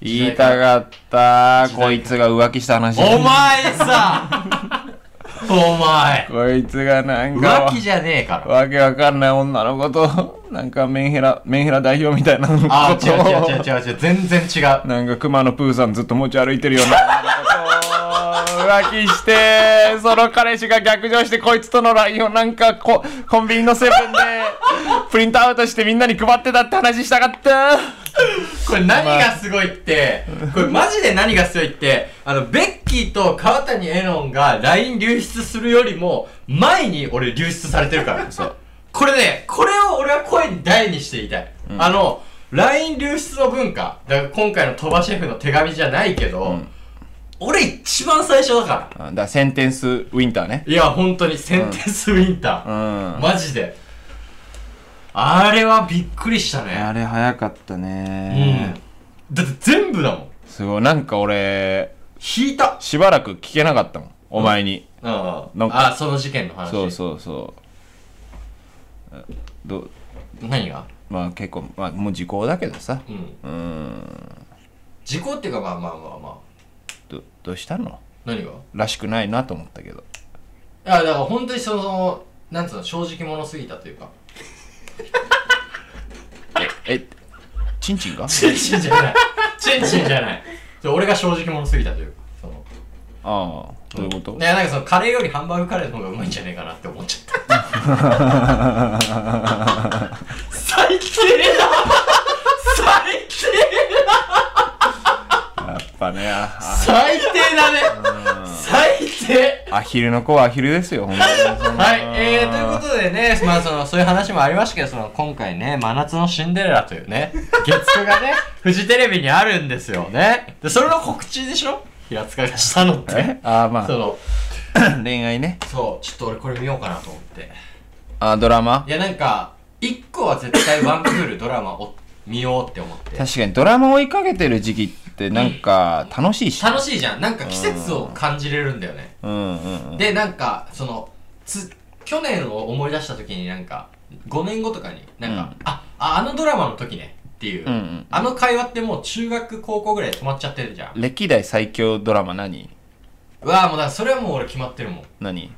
B: 言いたかったこいつが浮気した話
A: お前さお前
B: こいつがなんか
A: 浮気じゃねえから
B: わけわかんない女の子となんかメンヘラメンヘラ代表みたいなの
A: あ
B: こ
A: ー
B: と
A: 違う違
B: を
A: う違う違う違う全然違う
B: なんか熊のプーさんずっと持ち歩いてるようなことを浮気してその彼氏が逆上してこいつとの LINE をなんかこコンビニのセブンでプリントアウトしてみんなに配ってたって話したかった
A: これ何がすごいって、これマジで何がすごいって、あの、ベッキーと川谷絵音が LINE 流出するよりも、前に俺 流出されてるから。
B: う
A: これね、これを俺は声に大にして言いたい。あの、 LINE 流出の文化だから今回の鳥羽シェフの手紙じゃないけど、
B: ん
A: 俺一番最初だから
B: だからセンテンスウィンターね
A: いや本当にセンテンスウィンタ
B: う
A: ー、
B: ん
A: マジであれはびっくりした
B: あ
A: ね
B: れ早かった
A: うん
B: ね、
A: だって全部だもん
B: すごいなんか俺
A: 引いた
B: しばらく聞けなかったもんお前に、
A: うんあ
B: なんか
A: あその事件の話
B: そうそうそうあど
A: 何が
B: まあ結構まあもう時効だけどさ
A: うん
B: うん
A: 事故っていうかまあまあまあまあ
B: どどうしたの
A: 何がい
B: らしくないなと思ったけど
A: やだから本当にそのそのなんつうの正直者すぎたというか
B: えチンチンが
A: チンチンじゃない。チンチンじゃない。そう俺が正直者すぎたというか。その
B: ああどういうこと、
A: いや、なんかそのカレーよりハンバーグカレーの方がうまいんじゃねえかなって思っちゃった。最低だ最低
B: やっぱねあ
A: 最低だね最低
B: アヒルの子はアヒルですよ本当に
A: はい、えー、ということでね、まあその、そういう話もありましたけど、その、今回ね、真夏のシンデレラというね、月9がね、フジテレビにあるんですよ ね。で、それの告知でしょ平塚がしたのって。
B: えああま
A: その
B: あ 恋愛ね
A: そうちょっと俺これ見ようかなと思って
B: ああドラマ
A: いやなんか一個は絶対ワンクールドラマを見ようって思って
B: 確かにドラマ追いかけてる時期ってなんか楽しいし
A: 楽しいじゃんなんか季節を感じれるんだよね
B: うんうんうん
A: でなんかそのつ去年を思い出した時になんか5年後とかになんか、
B: う
A: あああのドラマの時ねっていう、
B: うんうん
A: あの会話ってもう中学高校ぐらいで止まっちゃってるじゃん
B: 歴代最強ドラマ何
A: うわーもうだからそれはもう俺決まってるもん
B: 何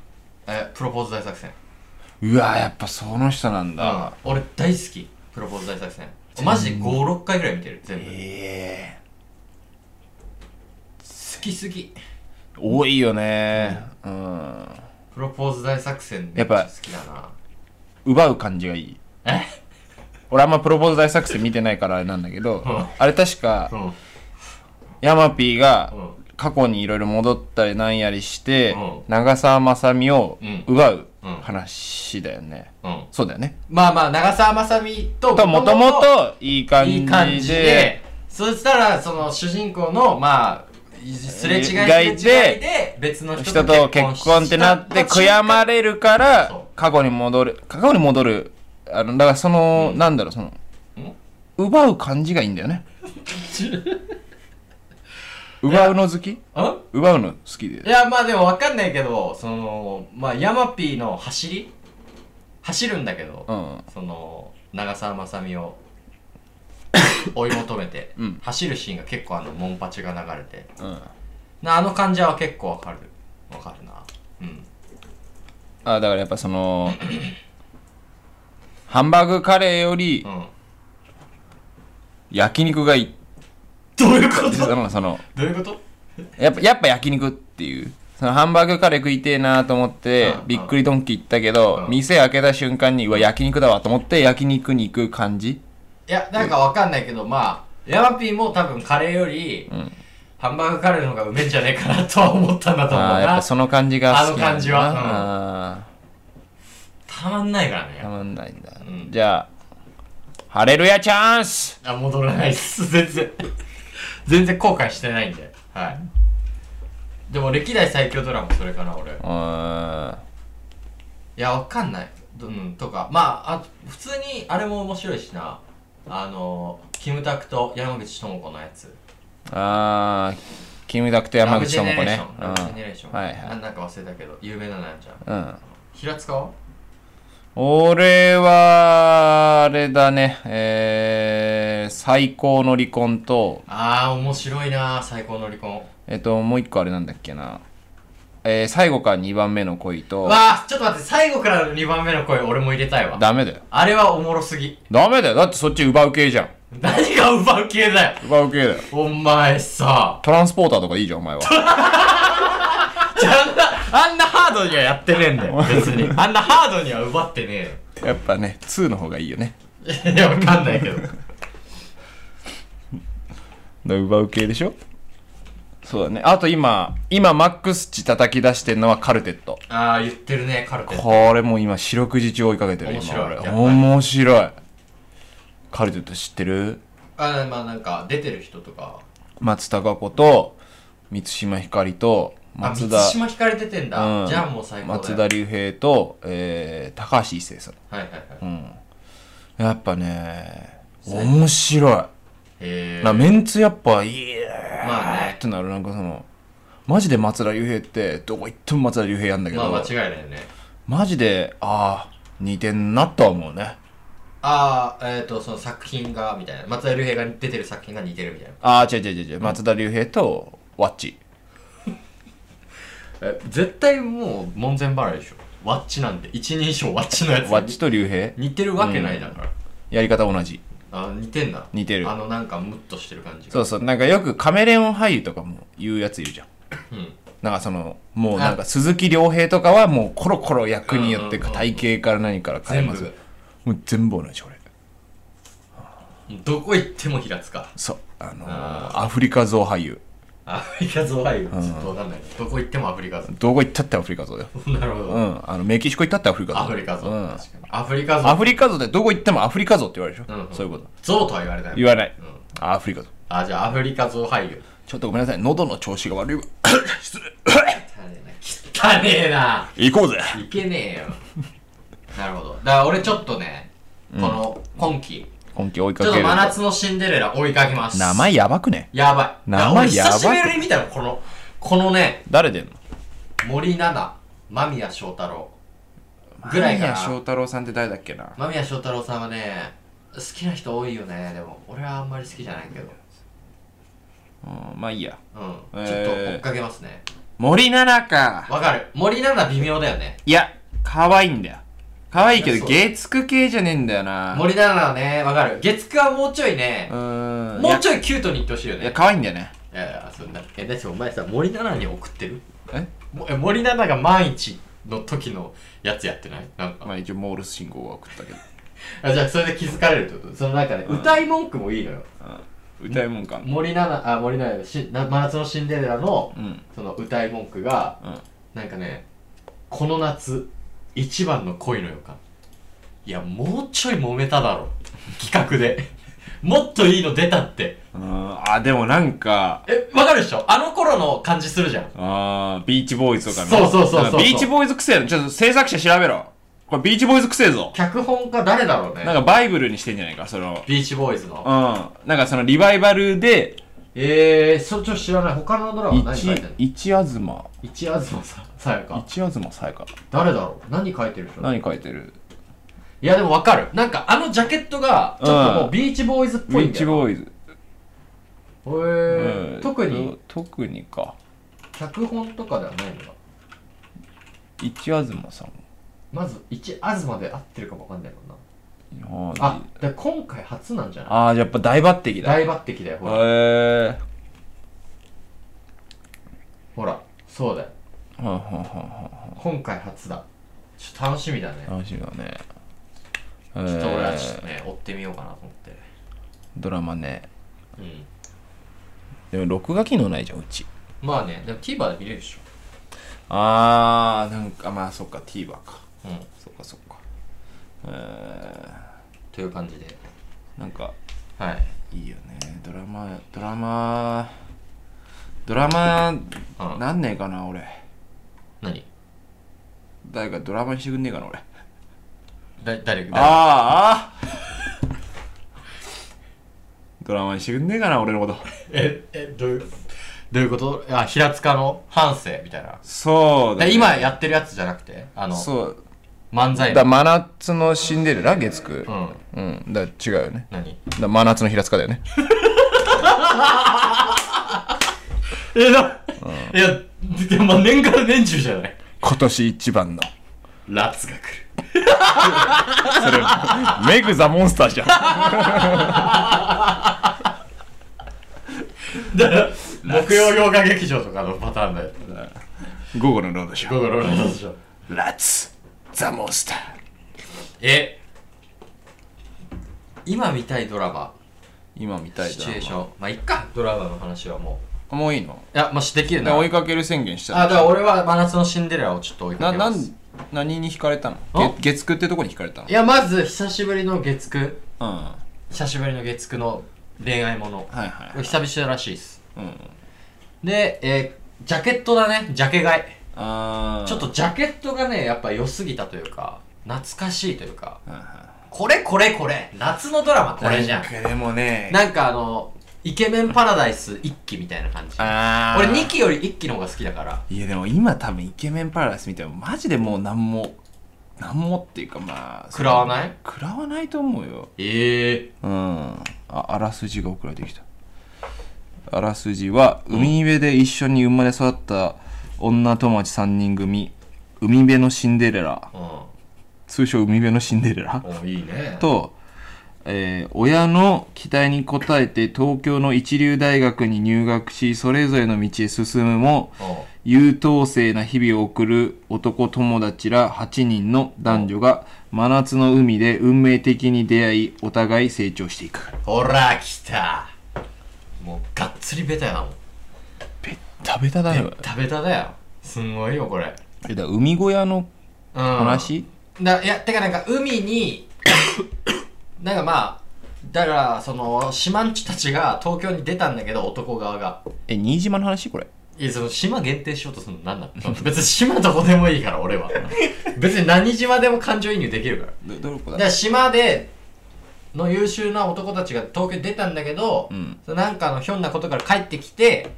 A: えプロポーズ大作戦
B: うわやっぱその人なん
A: うん
B: だ、
A: 俺大好きプロポーズ大作戦マジで56回ぐらい見てる全部
B: ええ
A: 好きすぎ
B: 多いよねうん
A: プロポーズ大作戦め
B: や
A: っ
B: っ
A: ちゃ
B: ぱ
A: 好きだな
B: 奪う感じがいい
A: え
B: 俺あんまプロポーズ大作戦見てないからあれなんだけど、
A: うん
B: あれ確か、
A: うん
B: ヤマピーが
A: うん
B: 過去にいろいろ戻ったりなんやりして、
A: うん
B: 長澤まさみを
A: うん
B: 奪う
A: うん
B: 話だよね、
A: うん
B: そうだよね
A: まあまあ長澤まさみと
B: ともともといい感じで
A: いい感じでそしたらその主人公のまあすれ違いすれ違いで別の人
B: 人と結婚ってなって悔やまれるか
A: そう
B: ら過去に戻る過去に戻るあのだからその、なんだろうその奪う感じがいいんだよ ね奪うの好き
A: うん
B: 奪うの好きで
A: いやまあでもわかんないけどそのまあヤマピーの走り走るんだけど、
B: うん
A: その長澤まさみ を追い求めて、
B: うん
A: 走るシーンが結構あのモンパチが流れて
B: うん
A: なあの感じは結構わかるわかるなうん
B: あだからやっぱそ のハンバーグカレーより
A: うん
B: 焼肉がいい
A: どういうこと
B: そのその
A: どういうこと
B: やっぱやっぱ焼肉っていうそのハンバーグカレー食いてえなと思って
A: うん
B: びっくりドンキ行ったけど
A: うん
B: 店開けた瞬間にうわ焼肉だわと思って焼肉に行く感じ
A: いやなんかわかんないけどまあヤマピーも多分カレーより、
B: ん
A: ハンバーグカレーの方がうめえんじゃねえかなとは思ったんだと思う
B: あーやっ
A: な
B: ぱその感じが好きなんだ
A: あ
B: な
A: の感じはうん
B: あ
A: たまんないから
B: ー
A: ね
B: たまんないんだ、
A: うん
B: じゃあハレルヤチャンス
A: あ戻らないっす全然全然後悔してないんではいでも歴代最強ドラマそれかな俺
B: うーん
A: いやわかんない、うん、とかまああ普通にあれも面白いしなあのキムタクと山口智子のやつ
B: あーキムダクと山口智子ね
A: ラブジェネレーション、
B: うん
A: ラ
B: は
A: ブ
B: い
A: ジェネレーションな
B: は
A: なんか忘れたけど有名なのあるじゃん
B: い、うん、
A: 平塚は
B: 俺はあれだねえー、最高の離婚と
A: あー面白いな最高の離婚
B: えっともう一個あれなんだっけなえー、最後から2番目の恋と
A: わあちょっと待って最後からの2番目の声俺も入れたいわ
B: ダメだよ
A: あれはおもろすぎ
B: ダメだよだってそっち奪う系じゃん
A: 何が奪う系だよ
B: 奪う系だよ
A: お前さ
B: トランスポーターとかいいじゃんお前は
A: じゃああんなあんなハードにはやってねえんだよ別にあんなハードには奪ってねえよ
B: やっぱね、2の方がいいよね。
A: いや、わかんないけど。
B: 奪う系でしょそうだね。あと今、今マックス値叩き出してんのはカルテット。
A: ああ、言ってるね、カルテット。
B: これもう今、四六時中追いかけてる、
A: 面
B: 今
A: 白い
B: 俺。
A: やっぱり
B: 面白い。カルテット知ってる
A: あまあなんか出てる人とか
B: 松たか子と満島ひかりと
A: あ
B: 松
A: 満
B: 田
A: 島ひかれててんだ、
B: うん
A: じゃあもう最高だよ
B: 松田龍平と、えー高橋一生さん、
A: はいはいはいへ
B: うん、やっぱね
A: 最高
B: 面白
A: え
B: いなメンツやっぱいい
A: まあね
B: ってなるなんかそのマジで松田龍平ってどこ行っても松田龍平やんだけど、
A: まあ間違いないよね
B: マジでああ似てんなとは思うね
A: ああえっ、とその作品がみたいな松田龍平が出てる作品が似てるみたいな
B: ああ違う違う違う違う松田龍平とワッチ
A: え絶対もう門前払いでしょワッチなんて一人称ワッチのやつ
B: ワッチと龍平
A: 似てるわけないだから、
B: やり方同じ
A: あ似てんだ
B: 似てる
A: あのなんかムッとしてる感じ
B: そううそうなんかよくカメレオン俳優とかも言うやついるじゃん
A: うん
B: なんかそのもうなんか鈴木亮平とかはもうコロコロ役によって
A: うんうんうん
B: 体型から何から変え
A: 全
B: ます
A: 部
B: もう全部同じ俺
A: どこ行っても平塚
B: そうあのー
A: あ
B: アフリカ像俳優
A: アフリカゾワイよちょっとわかんないどこ行ってもアフリカゾ
B: どこ行ったってアフリカ像だよ
A: なるほど、
B: うんあのメキシコ行ったってアフリカ像
A: アフリカゾ、
B: うん
A: 確かにアフリカゾ
B: アフリカ像ってどこ行ってもアフリカ像って言われるでしょ、
A: うんうん
B: そういうこと
A: ゾウとは言われない
B: 言わない、
A: うん
B: アフリカ像
A: あじゃあアフリカゾ俳優
B: ちょっとごめんなさい喉の調子が悪いわ失礼
A: 汚ねえな
B: 行こうぜ
A: いけねえよなるほどだから俺ちょっとねこの今期、
B: 今季追いか
A: ちょっと
B: ける
A: 真夏のシンデレラ追いかけます
B: 名前やばくね
A: やばい
B: 名
A: だ
B: 前
A: から俺
B: やばく
A: 久しぶりに見たのこのこのね
B: 誰でんの
A: 森七菜間宮祥太朗ぐらいかな
B: 翔太郎さんって誰だっけな
A: 間宮祥太朗さんはね好きな人多いよねでも俺はあんまり好きじゃないけど
B: うんまあいいや
A: うん、
B: えー
A: ちょっと追っかけますね
B: 森七菜か
A: わかる森七菜微妙だよね
B: いや、可愛いんだよ。可愛いけ
A: いやそ
B: ど、
A: う
B: 月9系じゃねえんだよな。
A: 森七菜はねわかる月9はもうちょいうね、
B: ーん。
A: もう
B: ょ
A: ちょいキュートにいってほしいよ
B: いや、
A: ね
B: 可愛いんだよね。
A: いやいやそんなえだってお前さ森七菜に送ってる
B: え
A: もえ森七菜が万一の時のやつやってないなんか、
B: まあ一応、モールス信号は送ったけど。
A: あじゃあそれで気づかれるってことその中で、
B: うん
A: 歌い文句もいいのよ
B: 歌いもんか。
A: 森七菜あ森七菜しな真夏のシンデレラの
B: うん。
A: その歌い文句が、
B: うん
A: なんかねこの夏一番の恋の予感いやもうちょい揉めただろ企画で もっといいの出たって
B: うんあ、でもなんか、
A: えわかるでしょあの頃の感じするじゃん
B: あービーチボーイズとかね。
A: そうそうそうそう
B: なんかビーチボーイズくせえの。ちょっと制作者調べろ。これビーチボーイズくせえぞ。
A: 脚本家誰だろう
B: なん
A: ね
B: かバイブルにしてんじゃないか、その。
A: ビーチボーイズ
B: うん。
A: の
B: なんかそのリバイバルで、
A: えー、それちょっと知らない他のドラマ何書いてんの
B: 一、一あずま、
A: 一東ささやか
B: 一あずまさやか。
A: 誰だろう何書いてる人
B: 何書いてる
A: いやでもわかるなんかあのジャケットがちょっともううんビーチボーイズっ
B: ビ
A: ぽいん
B: ー
A: だ
B: チ
A: よ
B: ボーイズ。
A: へー
B: うん
A: 特に。
B: 特にか。
A: 脚本とかではないのか
B: 一あずまさん。
A: まず一東で合ってるかもわかんないもんなあ
B: あ
A: で今回初なんじゃない
B: あーやっぱ大抜擢だへ
A: 大抜擢だよほら
B: え
A: ほらそうだよ
B: ー、はんはんはんは
A: 今回初だちょっと楽しみだね
B: ん楽しみだね
A: ち
B: え
A: ょっと俺はちょっ
B: ー
A: とね追ってみようかなと思って
B: ドラマね
A: うん
B: でも録画機能ないじゃんうち
A: まあねでも TVer で見れるでしょ
B: あーなんかまあそっか TVer か
A: うん
B: そっかそっかえ
A: という感じで
B: ー、なんか
A: はい
B: いいよねドラマドラマドラマ
A: うん
B: なんねえかな俺
A: 何
B: 誰かドラマにしてくんねえかな俺
A: だ誰が
B: あーあードラマにしてくんねえかな俺のこと
A: ええどういうどういうことあ平塚の反省みたいな
B: そうだ、
A: で今やってるやつじゃなくてあの
B: そう
A: 漫才
B: だか
A: の
B: ら真夏のシンデレラ月9
A: うん
B: うん、だから違うよね
A: 何
B: だから真夏の平塚だよね
A: えな、いやでもまあ年から年中じゃない
B: 今年一番の
A: ラツが来る
B: それ メグ・ザ・モンスターじゃん
A: だから木曜洋画劇場とかのパターンだよ
B: 午後のロードショ
A: 午後のラジオショー
B: ーラッツ・ザ・モンスター
A: え今見たいドラマ
B: 今見たい
A: シチュエーシ
B: な
A: ョンまあいっかドラマの話はも
B: もういいの
A: ういやまあしできるな
B: だから追い
A: あ
B: かける宣言した
A: だから俺は真夏のシンデレラをちょっと追いか
B: な
A: けま
B: な
A: す
B: ん何に惹かれたの
A: あ
B: げ月9ってとこに惹かれたの
A: いやまず久しぶりの月9
B: うん
A: 久しぶりの月9の恋愛もの
B: はいはい、はい。
A: 久々らしいっす
B: うん。
A: で、えージャケットだねジャケ買い
B: あー
A: ちょっ。とジャケットがねやっぱ良すぎたというか懐かしいというか
B: はいはい
A: これこれこれ夏のドラマこれじゃん
B: なんかでもね。
A: なんかあのイケメンパラダイス1期みたいな感じ
B: あー
A: 俺2期より1期の方が好きだから
B: いやでも今多分イケメンパラダイス見てもマジでもう何も何もっていうかまあ
A: 食らわない
B: 食らわないと思うよ
A: ええ
B: うんああらすじが送られてきたあらすじは海辺で一緒に生まれ育った女友達3人組海辺のシンデレラ
A: う
B: 通称海辺のシンデレラ
A: んおいいね
B: と、えー親の期待に応えて東京の一流大学に入学しそれぞれの道へ進むも
A: お
B: 優等生な日々を送る男友達ら8人の男女が真夏の海で運命的に出会いお互い成長していく
A: ほら来たもうがっつりベタやなもん
B: ベッタベタだよ
A: ベタベタだよすんごいよこれ
B: えだから海小屋の
A: うん
B: 話、
A: だいやてかなんか海 になんかまあだからその島んちたちが東京に出たんだけど男側が
B: え新島の話これ
A: いやその島限定しようとするの何なの 別に島どこでもいいから俺 は別に何島でも感情移入できるから
B: どどこ
A: だから島での優秀な男たちが東京に出たんだけど
B: う、ん
A: そのなんかのひょんなことから帰ってきて、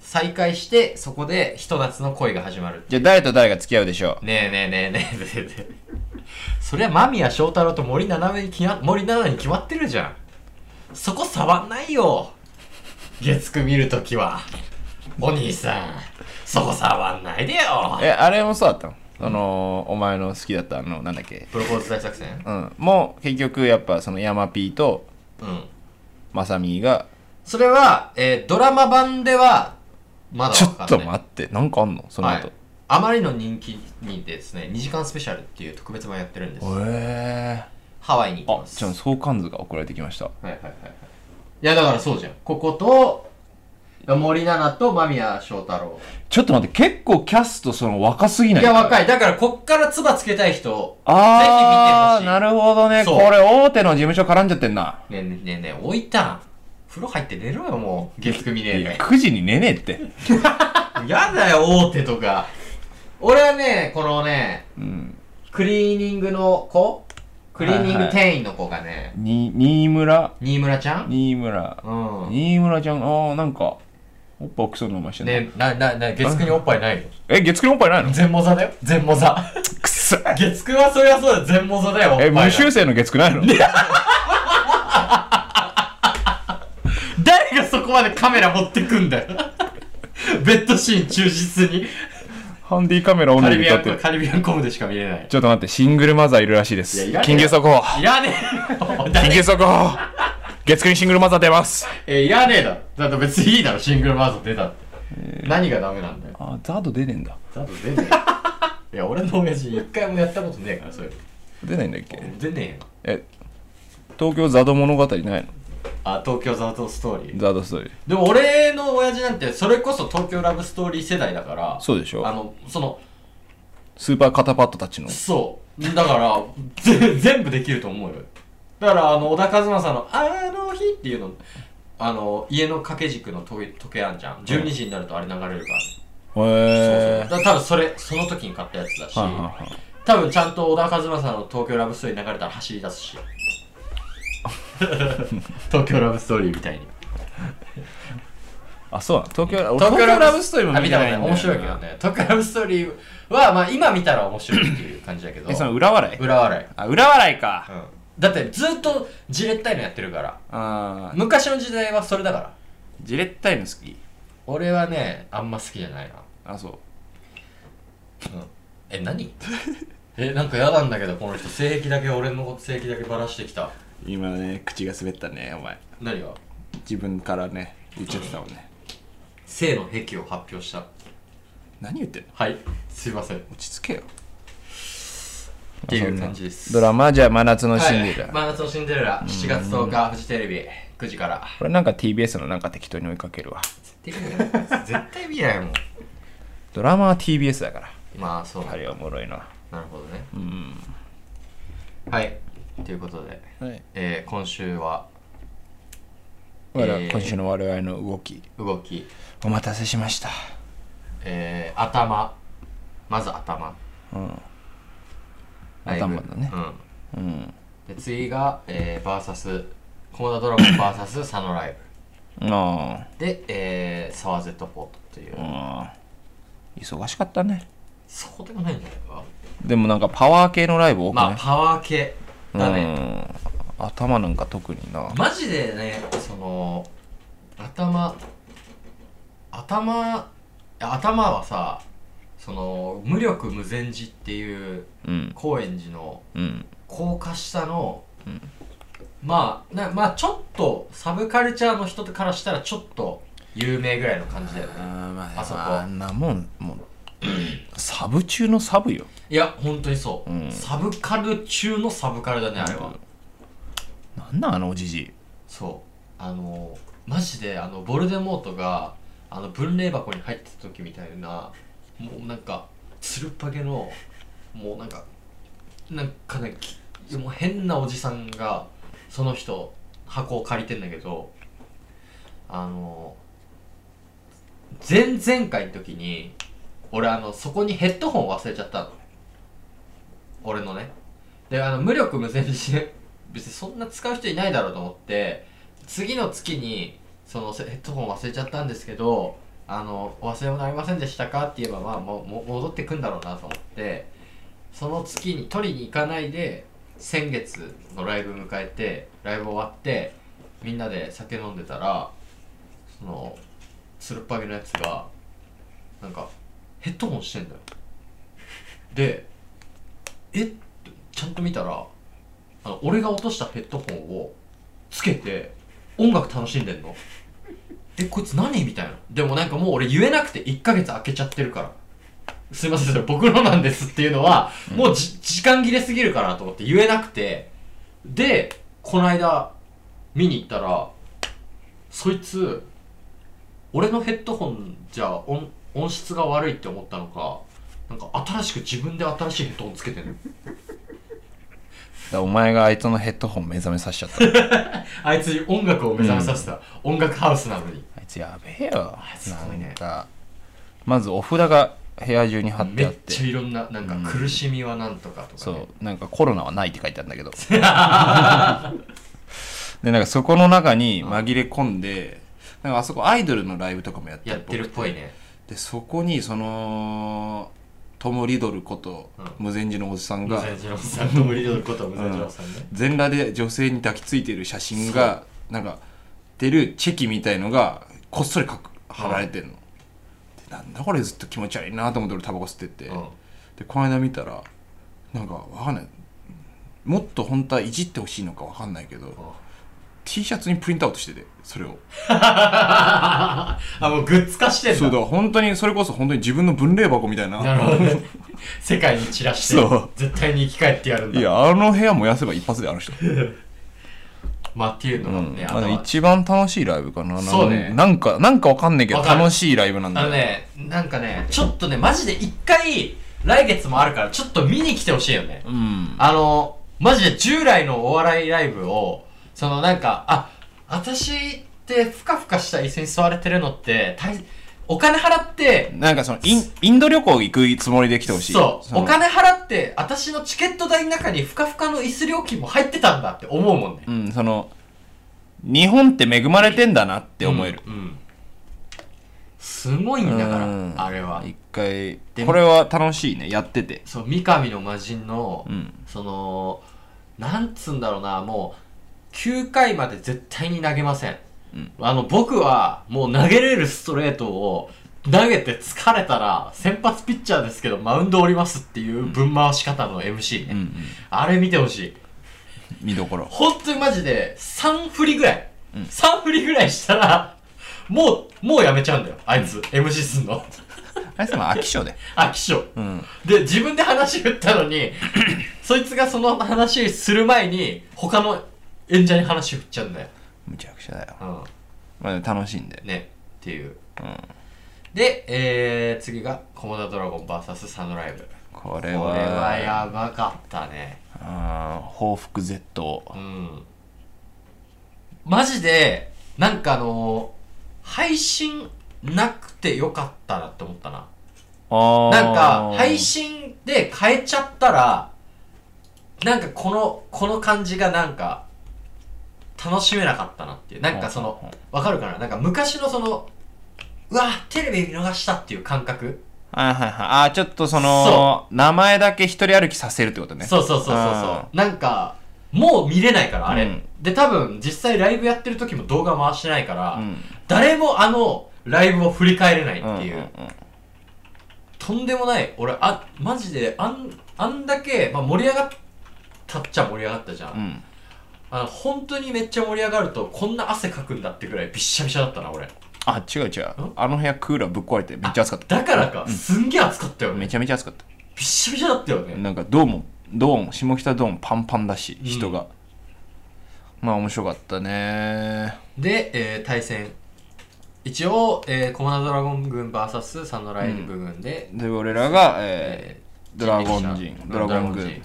A: 再会してそこでひと夏の恋が始まる
B: じゃあ誰と誰が付き合うでしょ
A: ねえねえねえねえねえねえそりゃ間宮祥太郎と森七菜にきな森七菜に決まってるじゃんそこ触んないよ月9見るときはお兄さんそこ触んないでよ
B: うえあれもそうだったのそのお前の好きだったあのなんだっけ
A: プロポーズ大作戦
B: うんもう結局やっぱそのヤマピーと
A: うん
B: マサミが
A: それは、えードラマ版ではまだ
B: ちょ
A: わ
B: っ
A: かんない
B: と待ってなんかあんのその
A: は
B: 後
A: い、あまりの人気にですね2時間スペシャルっていう特別版やってるんです
B: へえ
A: ハワイに行き
B: あ
A: ます
B: じゃあ相関図が送られてきました
A: はいはいはいはいいやだからそうじゃんここと森七菜と間宮祥太郎
B: ちょっと待って結構キャストその若すぎない
A: いや若いだからこっから唾つけたい人
B: あ
A: ぜひ見てほしい
B: あなるほどね
A: そ
B: こ
A: う
B: れ大手の事務所絡んじゃってんな
A: ねえねえねえねえ置いたん風呂入って寝ろよもう月組ねえ
B: いや
A: ね
B: 9時に寝ねえって
A: やだよ大手とか俺はねこのね
B: うん
A: クリーニングの子クリーニング店員の子がね、
B: に新村
A: 新村ちゃん
B: 新村
A: うん
B: 新村ちゃんああなんかおっぱい奥さんのましてね
A: ねな、な、な、月9におっぱいないよ。
B: え月9のおっぱいない の
A: 全モザだよ。全モザ。
B: くそ
A: 月9はそりゃそうだよ。全モザだよ。おっぱ
B: え
A: いが
B: 無修正の月9ないの
A: 誰がそこまでカメラ持ってくん だよ。ベッドシーン忠実に。
B: ハンディカメラオン
A: カ
B: リ
A: リ
B: ーで
A: ビア
B: 撮っ
A: ンコ、
B: てる
A: カリビアンコムでしか見れない。
B: ちょっと待ってシングルマザーいるらしいで
A: いや
B: す
A: いらねえ
B: 緊急速報
A: いらねえよ。誰
B: 緊急速報月9にシングルマザー出ます
A: え、いらねえだろ。だって別にいいだろ、シングルマーズ出たって。何がダメなんだよ。
B: あザード出ねえんだ
A: だと出ねえよ。 いや、俺の親父一回もやったことねえから、それ。
B: 出ないんだっけ
A: 出ねえよ。
B: え東京ザド物語ないの
A: あ、東京ザートストーリー。
B: ザードストーリー
A: でも俺の親父なんてそれこそ東京ラブストーリー世代だから
B: そうでしょ
A: あのその
B: スーパーカタパットたちの
A: そうだからぜ全部できると思うよだからあの小田和正の「あの日」っていうのあの家の掛け軸の時時計あんじゃん12時になるとあれ流れるから、
B: へ
A: そうそうだから多分それその時に買ったやつだし
B: ーはいはいはい
A: 多分ちゃんと小田和正の「東京ラブストーリー」流れたら走り出す し東京ラブストーリーみたいに
B: あそうなの東京俺東京ラブストーリーも見
A: 見
B: て
A: たことな
B: ないんだ
A: い
B: よ
A: 面白いけどね東京ラブストーリーはまあ今見たら面白いっていう感じだけど
B: えその裏笑い
A: 裏笑い、
B: あ裏笑いか
A: うん、だってずっとじれったいのやってるから
B: あー
A: 昔の時代はそれだから
B: じれったいの好き
A: 俺はねあんま好きじゃないな
B: あそう
A: え何 えなんか嫌なんだけどこの人性癖だけ俺の性癖だけばらしてきた
B: 今ね口が滑ったねお前
A: 何が
B: 自分からね言っちゃってたもんね
A: 性の癖を発表した
B: 何言ってんの
A: はいすいませんっ
B: 落ち着けよ
A: ていう感じです
B: ドラマじゃあ真夏のシンデレ
A: は
B: ラ、
A: い、真夏のシンデレラ7月10日フジテレビ9時から
B: これなんか TBS のなんか適当に追いかけるわ
A: 絶対見ないもん
B: ドラマは TBS だから
A: まあそう
B: あれはおもろいな
A: なるほどね
B: うん
A: はいということで、
B: はい
A: えー今週は
B: 我々
A: えー
B: 今週の我々の動き
A: 動き、
B: お待たせしました
A: えー、頭まず頭ライブ
B: 頭だね
A: うん
B: うん
A: で次が、えー、バーサス駒田ドラゴン VS 佐野ライ
B: あ
A: ブで、えー、沢 Z ポートっていう、
B: あああ忙しかったね
A: そうでもないんじゃないか
B: でもなんかパワー系のライブ多く
A: ま
B: な
A: あ
B: い、
A: パワー系だね、
B: うん頭なんか特にな
A: マジでねその頭頭頭はさその無力無善寺っていう
B: うん
A: 高円寺の
B: うん
A: 高架下の、まあなまあちょっとサブカルチャーの人からしたらちょっと有名ぐらいの感じだよね
B: ま
A: あそこ
B: あんなもんもうサブ中のサブよ
A: いや本当にそう、
B: うん
A: サブカル中のサブカルだねあれは、
B: なんなんあのおじじい
A: そうあのマジであのボルデモートがあの分霊箱に入ってた時みたいなもうなんかつるっぱげのもうなんかなんかねきもう変なおじさんがその人箱を借りてんだけどあの前々回の時に俺あのそこにヘッドホン忘れちゃったの俺のねであの無力無前にして別にそんな使う人いないだろうと思って次の月にそのせヘッドホン忘れちゃったんですけどあのお忘れ物ありませんでしたかって言えばまあもうもう戻ってくんだろうなと思ってその月に取りに行かないで先月のライブ迎えてライブ終わってみんなで酒飲んでたらそのつるっぱげのやつがなんかヘッドホンしてんだよでえってちゃんと見たらあの俺が落としたヘッドホンをつけて音楽楽しんでんのえこいつ何みたいなでもなんかもう俺言えなくて1ヶ月空けちゃってるからすいませんそれ僕のなんですっていうのは、もうじ時間切れすぎるかなと思って言えなくてでこの間見に行ったらそいつ俺のヘッドホンじゃ音音質が悪いって思ったのかなんか新しく自分で新しいヘッドホンつけてる
B: だからお前があいつのヘッドホン目覚めさせちゃった
A: あいつに音楽を目覚めさせた、音楽ハウスなのに
B: あいつやべえよ
A: いつすごいね
B: なんかまずお札が部屋中に貼っ
A: め
B: てあっ
A: ってちゃいろんななんか苦しみはなんとかとか、ね
B: そうなんかコロナはないって書いてあるんだけど でなんかそこの中に紛れ込んで、なんかあそこアイドルのライブとかもやって
A: やってるっぽいね
B: でそこにそのトム・リドルこと、
A: う
B: 無禅寺のおじさん
A: ム
B: が
A: ゼンジロウさんと無理ドルことムゼンジロウさんね、
B: 全裸で女性に抱きついてる写真がなんか出るチェキみたいのがこっそり書く貼られてんの、でなんだこれずっと気持ち悪いなと思って俺タバコ吸ってて、
A: うん
B: でこの間見たらなんかわかんないもっと本当はいじってほしいのかわかんないけど、T シャツにプリントアウトしててそれを
A: あもうグッズ化してんだ
B: そうだ本当にそれこそ本当に自分の分霊箱みたいな
A: なるほどね世界に散らして
B: そう
A: 絶対に生き返ってやるんだ
B: いやあの部屋燃やせば一発であの人、
A: まあっていうのが
B: うん
A: ね、
B: あ
A: あと
B: の
A: は
B: 一番楽しいライブかな
A: そうね
B: なんかなんかわかんないけど
A: わかる
B: 楽しいライブなんだ
A: あのねなんかねちょっとねマジで一回来月もあるからちょっと見に来てほしいよね
B: うん
A: あの、マジで従来のお笑いライブを、そのなんか、あ、私ってふかふかした椅子に座れてるのって、大お金払って、
B: なんかそのインインド旅行行くつもりで来てほしい
A: そう、
B: の
A: お金払って、私のチケット代の中にふかふかの椅子料金も入ってたんだって思うもんね。
B: うんその日本って恵まれてんだなって思える、
A: うん。うんすごいんだから、
B: うん
A: あれは。
B: 一回
A: でも
B: これは楽しいねやってて
A: そう、三上の魔人の、
B: うん
A: その、なんつうんだろうな、もう、9回まで絶対に投げません。
B: うん
A: あの、僕は、もう投げれるストレートを、投げて疲れたら、先発ピッチャーですけど、マウンド降りますっていう分回し方の MC ね。
B: うんうん
A: あれ見てほしい。
B: 見どころ
A: 本当にマジで、3振りぐらい。3振りぐらいしたら、もう、もうやめちゃうんだよ。あいつ、MC すんの。
B: あれさまあ飽き性で
A: 飽き性。
B: うん
A: で、自分で話振ったのに、そいつがその話する前に、他の演者に話振っちゃうんだよ。
B: むちゃくちゃだよ、
A: う
B: まあ、楽しいんで
A: ん。ね。っていう。
B: うん
A: で、えー、次が、コモダドラゴン VS サノライブ。こ
B: これ
A: れ
B: は
A: はやばかったね。
B: あー報復 Z
A: うん。マジで、なんかあのー配信なくてよかったなって思ったな。
B: あー
A: なんか、配信で変えちゃったら、なんかこの、この感じがなんか、楽しめなかったなっていう。なんかその、わかるかななんか昔のその、うわ、テレビ見逃したっていう感覚
B: はいはいはいあーちょっとその名前だけ一人歩きさせるってことね
A: そうそうそうそう
B: あ
A: そうなんかもう見れないからあれ、
B: うん
A: で多分実際ライブやってる時も動画回してないから、
B: うん
A: 誰もあのライブを振り返れないっていう、
B: んんん
A: とんでもない俺あマジであんあんだけ、まあ、盛り上がったっちゃ盛り上がったじゃん、
B: うん
A: あの本当にめっちゃ盛り上がるとこんな汗かくんだってぐらいびっしゃびしゃだったな俺
B: あ違う違うあの部屋クーラーぶっ壊れてめっちゃ暑かった
A: だからか、すんげえ暑かったよ
B: め
A: ね
B: ちゃめちゃ暑かった
A: びっしゃびしゃだったよね、
B: なんかドームドーン下北ドーンパンパンだし
A: ん
B: 人が、まあ面白かったね
A: で、えー対戦一応、えー、コモナドラゴン軍 VS サノライブ軍で、
B: で俺らが、え
A: え
B: ードラゴン
A: 人力
B: 人
A: 車
B: ドラゴン軍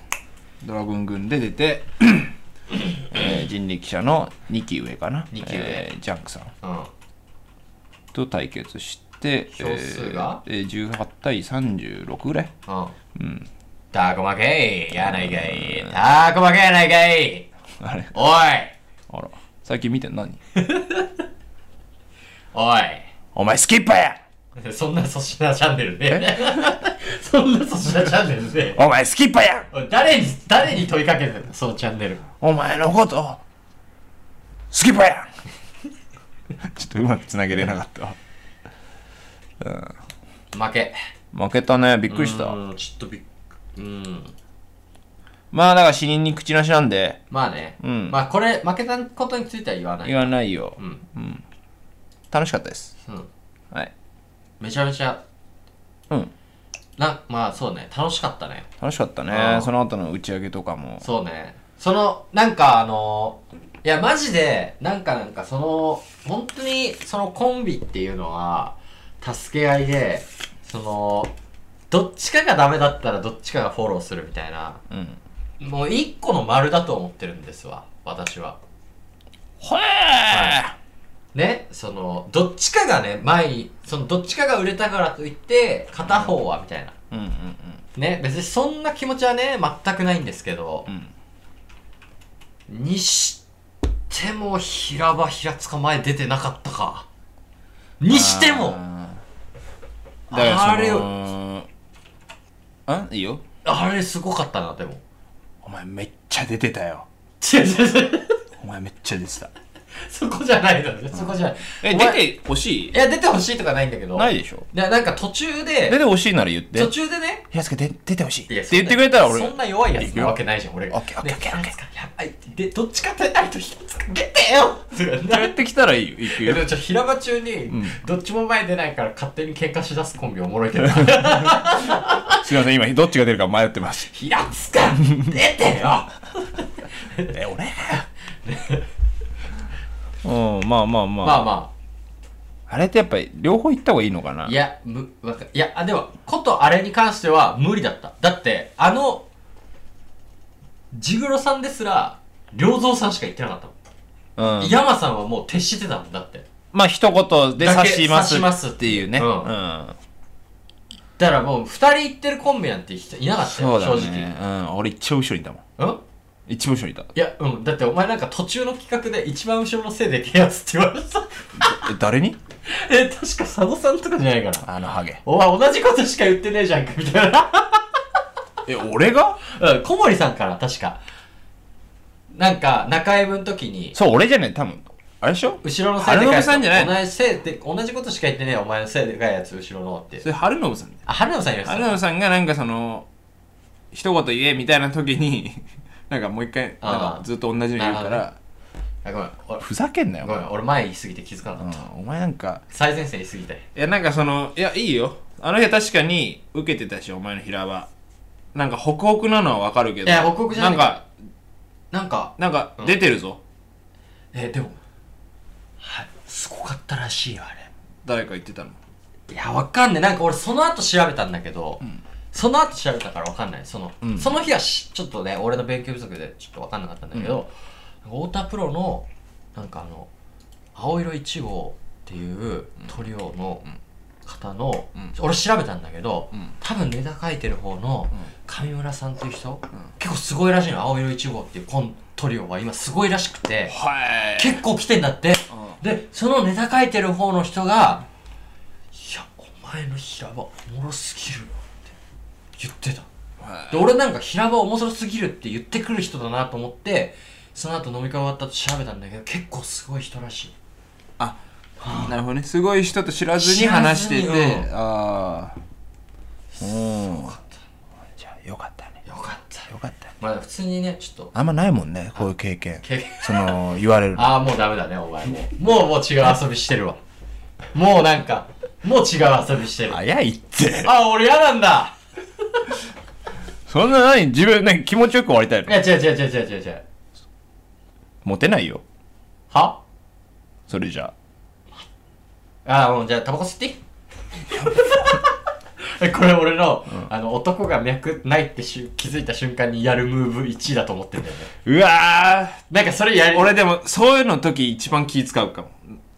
B: ドラゴン軍で出て、えー人力車の2期上かな
A: 二期上
B: えージャンクさん
A: ーうん
B: と対決して
A: 票数が
B: えーえー18対36ぐらい
A: うんタコ負けやないかいタコ負けやないかい
B: あれ
A: おい
B: あら最近見てんの何
A: お
B: お前スキッパーや
A: い そんな粗品チャンネルで そんな粗品チャンネルで
B: お前スキッパーや
A: おい誰に誰に問いかけてんのそのチャンネル
B: お前のことスキッパーや ちょっとうまくつなげれなかった
A: 負け
B: 負けたねびっくりし
A: う
B: た
A: んちょっとびっくうん
B: まあだから死人に口なしなんで
A: まあね、
B: うん
A: まあこれ負けたことについては言わない
B: 言わないよ、
A: うん
B: 楽しかったです
A: うん
B: はい
A: めちゃめちゃ
B: うん
A: なまあそうね楽しかったね
B: 楽しかった
A: あ
B: ね
A: ー
B: その後の打ち上げとかも
A: そうねそのなんかあのいやマジでなんかなんかその本当にそのコンビっていうのは助け合いでそのどっちかがダメだったらどっちかがフォローするみたいな
B: うん
A: もう一個の丸だと思ってるんですわ私は
B: ほえ
A: ねそのどっちかがね前にそのどっちかが売れたからといって片方はみたいな
B: うんうん
A: ね別にそんな気持ちはね全くないんですけど
B: うんうん
A: にしても平場平塚前出てなかったかにしてもあ
B: あーだから
A: あれ
B: そのあいいよ
A: れすごかったなでも
B: お前めっちゃ出てたよ
A: 違う違う違う
B: お前めっちゃ出てた
A: そこじゃないのねそこじゃない
B: え
A: お前
B: 出てほしい
A: いや出てほしいとかないんだけど
B: ないでしょ
A: いやなんか途中
B: 出
A: で
B: てほしいなら言って
A: 途中でね
B: 平塚で出てほしいっ
A: いや
B: て言ってくれたら俺
A: そんな弱いやつなわけないじゃん俺が
B: オッケーオッケーオッケー
A: ねなんかやばいでどっちかとあると平塚出てよとかな
B: やってきたらい いよ行く
A: いや
B: よ
A: でもちょっと平場中に、どっちも前出ないから勝手に喧嘩しだすコンビおもろいけ ど
B: すいません今どっちが出るか迷ってます
A: 平塚出てよ
B: え俺うんまあまあまあ、
A: まあま
B: あれってやっぱり両方行った方がいいのかな
A: あいやむわかいやあでもことあれに関しては無理だっただってあのジグロさんですら良三さんしか言ってなかったもん、
B: うん、
A: 山さんはもう徹してたもんだって
B: まあ一言で
A: だ
B: 刺
A: け
B: します
A: 刺します
B: っていうね、
A: うんだからもう二人行ってるコンビなんて人いなかった
B: そ
A: よ、
B: うだ
A: 正
B: ね、うん、俺一番後ろにいたもん
A: 直うん
B: 一番後ろにいた
A: いやうんだってお前なんか途中の企画で一番後ろのせいでけえやつって言われてた
B: え誰に
A: え確か佐野さんとかじゃないかな
B: あのハゲ
A: お前同じことしか言ってねえじゃんかみたいな
B: え俺が
A: うん、小森さんから確か。なんか、中 M の時に、
B: そう俺じゃねえ多分あれでしょ
A: 後ろのせいでかいやつ
B: 春信さんじゃないの
A: 同じせいで、同じことしか言ってねえよお前のせいでかいやつ、後ろのって
B: そ。れ春信さん
A: あ、春野さんいらっしゃ
B: 春
A: る。
B: 信さんがなんかその一言言えみたいな時に なんかもう一回なん
A: あ
B: か
A: ー
B: ずっと同じの言うか
A: なる
B: ら、
A: あ、ごめん。俺
B: ふざけんなよ、
A: ごめん、俺前言い過ぎて気づかな
B: う
A: かった。
B: ん、お前なんか
A: 最前線言い過ぎたよ。
B: いやなんかそのいやいいよあの日は確かに受けてたしお前の平場なんかホクホクなのはわかるけど
A: いやホクホクじゃない
B: なんか
A: なんか、
B: なんか出てるぞ、
A: えでも、はい、すごかったらしいよ、あれ。
B: 誰か言ってたの
A: いや、わかんねえ。なんか俺その後調べたんだけど、その後調べたからわかんない。その、
B: ん
A: その日はしちょっとね、俺の勉強不足でちょっとわかんなかったんだけど、太田プロの、なんかあの、青色1号っていうトリオの
B: うん
A: 方の、
B: うん
A: 俺調べたんだけど、
B: うん
A: 多分ネタ書いてる方の上村さんっていう人、
B: ん
A: 結構すごいらしいの青色1号っていうコントリオは今すごいらしくて
B: はい
A: 結構来てんだってでそのネタ書いてる方の人が「いやお前の平場おもろすぎるよ」って言ってたで俺なんか平場面白すぎるって言ってくる人だなと思ってその後飲み会終わった後調べたんだけど結構すごい人らしい
B: あ
A: は
B: なるほどねすごい人と知らずに話して
A: 知
B: て
A: らずにうん
B: ああうんじゃあよかったね
A: あよかった
B: よかった
A: まあ普通にねちょっと
B: あんまないもんねこういう経験
A: 経験
B: その言われる の
A: ああもうダメだねお 前もうもうもう違う遊びしてるわもうなんかもう違う遊びしてるあ
B: 早いって
A: あ俺嫌なんだ
B: そんな何自分ね気持ちよく終わりたい
A: い
B: の
A: や違う違う違う違う違う違う
B: モテないよ
A: は
B: それじゃ
A: ああもうじゃあタバコ吸ってい いこれ俺の,、あの男が脈ないってしゅ気づいた瞬間にやるムーブ1位だと思ってんだよね
B: うわ
A: なんかそれやり
B: ー俺でもそういうの時一番気使うかも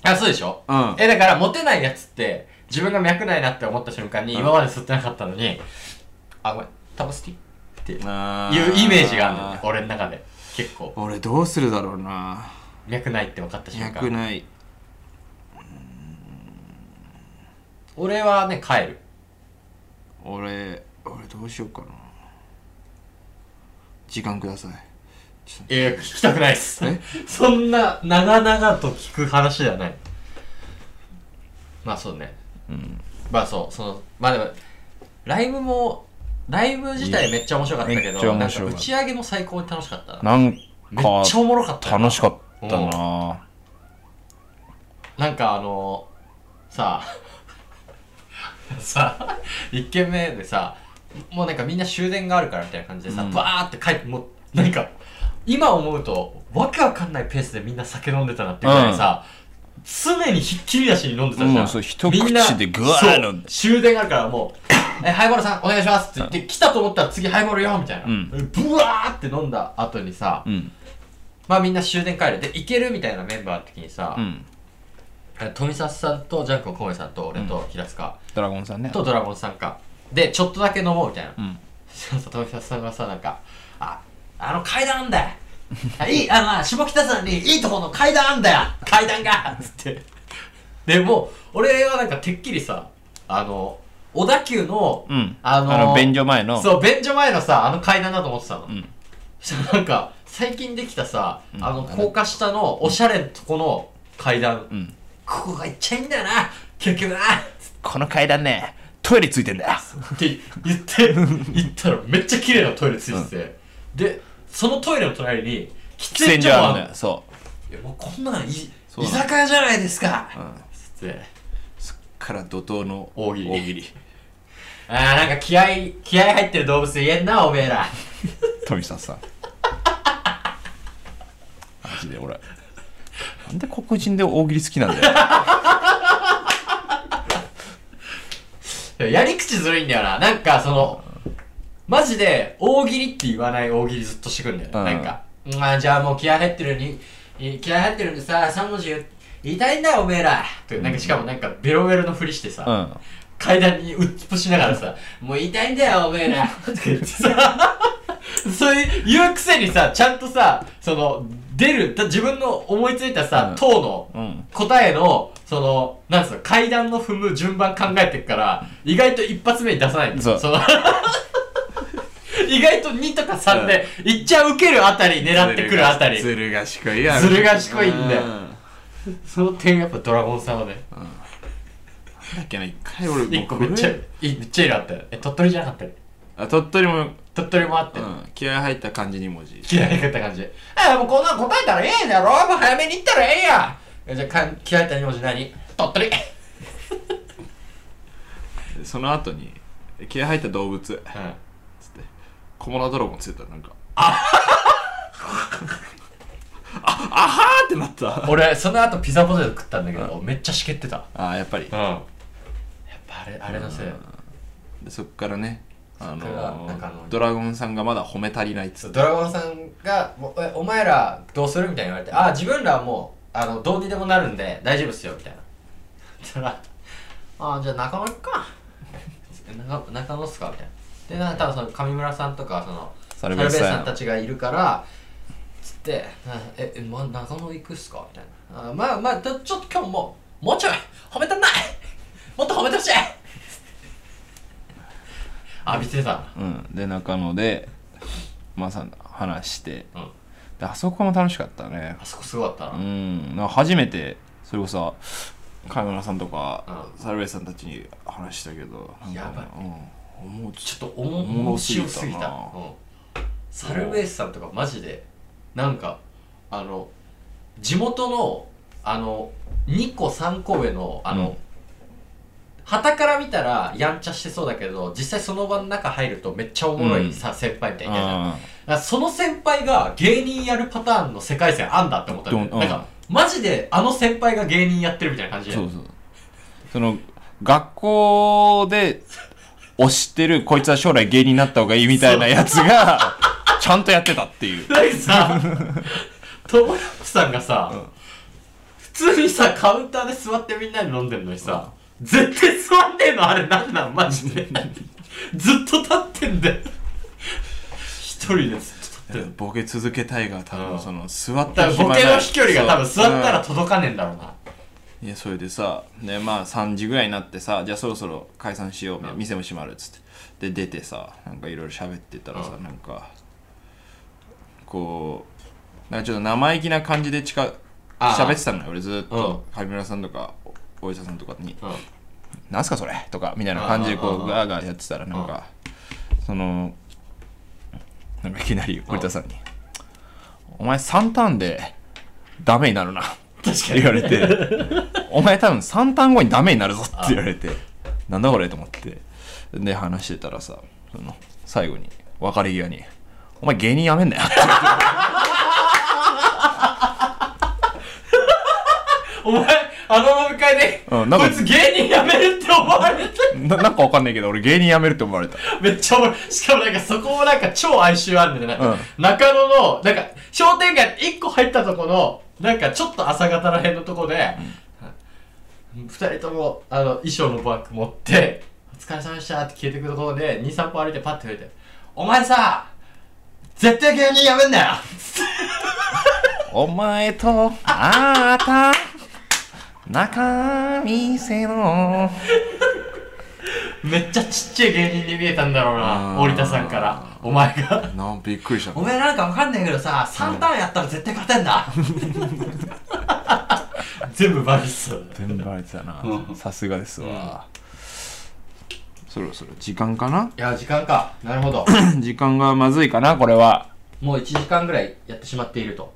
A: あそうでしょ、
B: うん
A: えだからモテないやつって自分が脈ないなって思った瞬間に今まで吸ってなかったのに、あごめんタバコ吸っていいっていうイメージがあるんだよね俺の中で結構
B: 俺どうするだろうな
A: 脈ないって分かった瞬
B: 脈
A: 間
B: ない
A: 俺はね帰る
B: 俺俺どうしようかな時間ください
A: いや聞きたくないっす
B: え
A: そんな長々と聞く話ではないまあそうねまあそうそのまあでもライブもライブ自体めっちゃ面白かったけ
B: め
A: ど
B: っちゃ
A: なん
B: 面
A: か
B: 白かっ
A: 打
B: た
A: ち上げも最高に楽しかったな
B: なん
A: めっちゃおもろかったよな
B: 楽しかったな
A: なんかあのさあさあ1軒目でさもうなんかみんな終電があるからみたいな感じでさ、
B: うん
A: バーって帰ってもう何か今思うとわけわかんないペースでみんな酒飲んでたなっていうぐらいさ、常にひっきりなしに飲んでたじゃん、
B: うんそう一口
A: みんな
B: でぐわー
A: そう
B: 飲んで
A: 終電があるからも う「えハイボールさんお願いします」って言って来たと思ったら次ハイボールよみたいな、
B: うん
A: ブワーって飲んだ後にさ、
B: うん
A: まあみんな終電帰るで行けるみたいなメンバーの時にさ、
B: うん
A: え富里さんとジャン君コウメさんと俺と平塚、
B: ドラゴンさんね
A: とドラゴンさんかでちょっとだけ飲もうみたいな、
B: うん
A: そうそう富里さんがさなんか「ああの階段あん だよあいいあのあ下北沢にいいとこの階段あんだよ階段が!」っつってでもう俺はなんかてっきりさあの小田急の、
B: うん
A: あの
B: あの便所前の
A: そう便所前のさあの階段だと思ってたの、
B: ん
A: そしたらなんか最近できたさ、
B: ん
A: あの高架下のおしゃれなとこの階段、
B: うん
A: ここがいっちゃいいんだよな結局な
B: この階段ねトイレついてんだよ
A: って言って行ったらめっちゃ綺麗なトイレついてて、でそのトイレの隣に喫
B: 喫
A: 煙
B: 煙
A: 所
B: 所
A: もあ
B: あ
A: る
B: る
A: の
B: んだよそう
A: いやもうこんなんい居
B: そうなの
A: 酒屋じゃないですか、
B: ん
A: つって
B: から怒涛の
A: 大喜利
B: 大喜利
A: あーなんか気合い気合い入ってる動物言えんなおめえら
B: 富里 さんマジで俺なんで黒人で大喜利好きなんだ よ
A: いややり口ずるいんだよななんかそのマジで大喜利って言わない大喜利ずっとしてくんだよね、
B: うん
A: なんか、うんあーじゃあもう気合入ってるにい気合入ってるんでさ3文字言う言いたいんだよおめえらとなんかしかもなんかベロベロのふりしてさ、
B: うん
A: 階段にうっつっしながらさ「もう言いたいんだよおめえら」とか言ってさ そういう言うくせにさちゃんとさその出るだ自分の思いついた
B: う
A: さ
B: ん
A: 党、の
B: うん
A: 答えのそのなんつうの階段の踏む順番考えてるから意外と一発目に出さないの
B: そう
A: の 意外と2とか3で、いっちゃウケるあたり狙ってくるあたり
B: ずる賢いや
A: ずる賢いんだよ
B: う
A: その点やっぱドラゴンさんはね
B: だっけな一回俺もう
A: 1個めっちゃ
B: 震
A: いいめっちゃいいのあったよえ鳥取じゃなかったよ
B: えあ鳥取も、
A: 鳥取もあって、
B: うん、気合入った漢字2文字
A: 嫌いだった感じで「ああもうこんなん答えたらええやろもう早めに行ったらええやえ」じゃあかん嫌いだった2文字何鳥取
B: その後に気合入った動物つって
A: うん
B: コモラドラゴンついたなんかあああはーってなった
A: 俺その後ピザポテト食ったんだけど、めっちゃしけってた
B: あやっぱり
A: うんやっぱあれあれのせい
B: でそっからねあ
A: そっから
B: の
A: なんかあの
B: ドラゴンさんがまだ褒め足りないっつって
A: ドラゴンさんがもうえ「お前らどうする?」みたいに言われて「ああ自分らはもうあのどうにでもなるんで大丈夫っすよみたいなそしたら「 ああじゃあ中野行くか」 中中野っすかみたいなでなんか多分その上村さんとかその
B: サル
A: ル
B: ベ
A: ベー
B: ース
A: ス
B: さ
A: さ
B: ん
A: んたちがいるからつってな「ええ、ま、中野行くっすか?」みたいなあ「まあまあだちょっと今日もうもうちょい褒めたない もっと褒め てほしい!」浴びてたな
B: うん、で中野でまあさ話して
A: うん
B: であそこも楽しかったね
A: あそこすごかったな、
B: うんなんか初めてそれこそ上村さんとか、
A: う
B: サルベースさんたちに話したけどなんか
A: やばい
B: うん、思うち
A: ちょっとおも面白すぎたうんサルベースさんとかマジでなんかあの地元のあの2個3個上のあの、
B: うん
A: 旗から見たらやんちゃしてそうだけど実際その場の中入るとめっちゃおもろ
B: うん
A: いさ、先輩みたいなだ
B: あ
A: からその先輩が芸人やるパターンの世界線あんだって思ったんだよ
B: どんうん
A: なんかマジであの先輩が芸人やってるみたいな感じ
B: ー
A: で
B: そうそうその学校で推してるこいつは将来芸人になった方がいいみたいなやつがちゃんとやってたっていう
A: だってさ、友達さんがさ、普通にさ、カウンターで座ってみんなで飲んでんのにさ、絶対座ってんのあれなんなんマジで。ずっと立ってんだよ。一人でずっと立ってんの。
B: ボケ続けたいが多
A: う
B: 分
A: ん
B: その座っ
A: だ
B: た
A: から
B: 暇
A: ボ
B: ない
A: ケの飛距離が多分座
B: そう
A: った
B: う
A: ら
B: ん
A: 届かねえんだろうな。
B: いやそれでさでまあ3時ぐらいになってさじゃあそろそろ解散しようみたいな店も閉まるっつってで出てさなんかいろいろ喋ってたらさ
A: う
B: なんかこうなんかちょっと生意気な感じで近
A: あー
B: 喋ってたのよ俺ずっと上村さんとかおお医者さんとかに
A: うん。
B: 「なんすかそれ?」とかみたいな感じで
A: うん
B: こ
A: うんうん
B: う
A: うん
B: ガーガーやってたらなんかそのなんかいきなり森田さんに「お前3ターンでダメになるな」
A: 確か
B: って
A: に。
B: 言われてお前多分3単語にダメになるぞって言われてなんだこれと思ってで話してたらさその最後に別れ際に「お前芸人やめんなよ」 って言われて
A: お前、あの飲み会で、
B: うんなん
A: こ
B: か
A: いつ芸人やめるって思われて
B: ななんかわかんないけど俺芸人やめるって思われた
A: めっちゃおもろいしかもなんかそこもなんか超哀愁あるんで、なんか、
B: う
A: 中野の、なんか、商店街1個入ったとこの、なんかちょっと朝方ら辺のとこで、二人とも、あの、衣装のバッグ持って、お疲れ様でしたって消えてくるところで、2、3歩歩いてパッて触れて、お前さ、絶対芸人やめんなよ
B: お前とあった中店の
A: めっちゃちっちゃい芸人に見えたんだろう
B: あ
A: な、
B: ー
A: 折田さんから、お前が。
B: なびっくりした
A: お前なんかわかんないけどさ、3ターンやったら絶対勝てんだ 全部バリスト。
B: 全部バレてたなさすがですわ、そろそろ時間か な
A: いや、時間か。なるほ ど。
B: 時間がまずいかなこれは
A: もう1時間ぐらいやってしまっていると。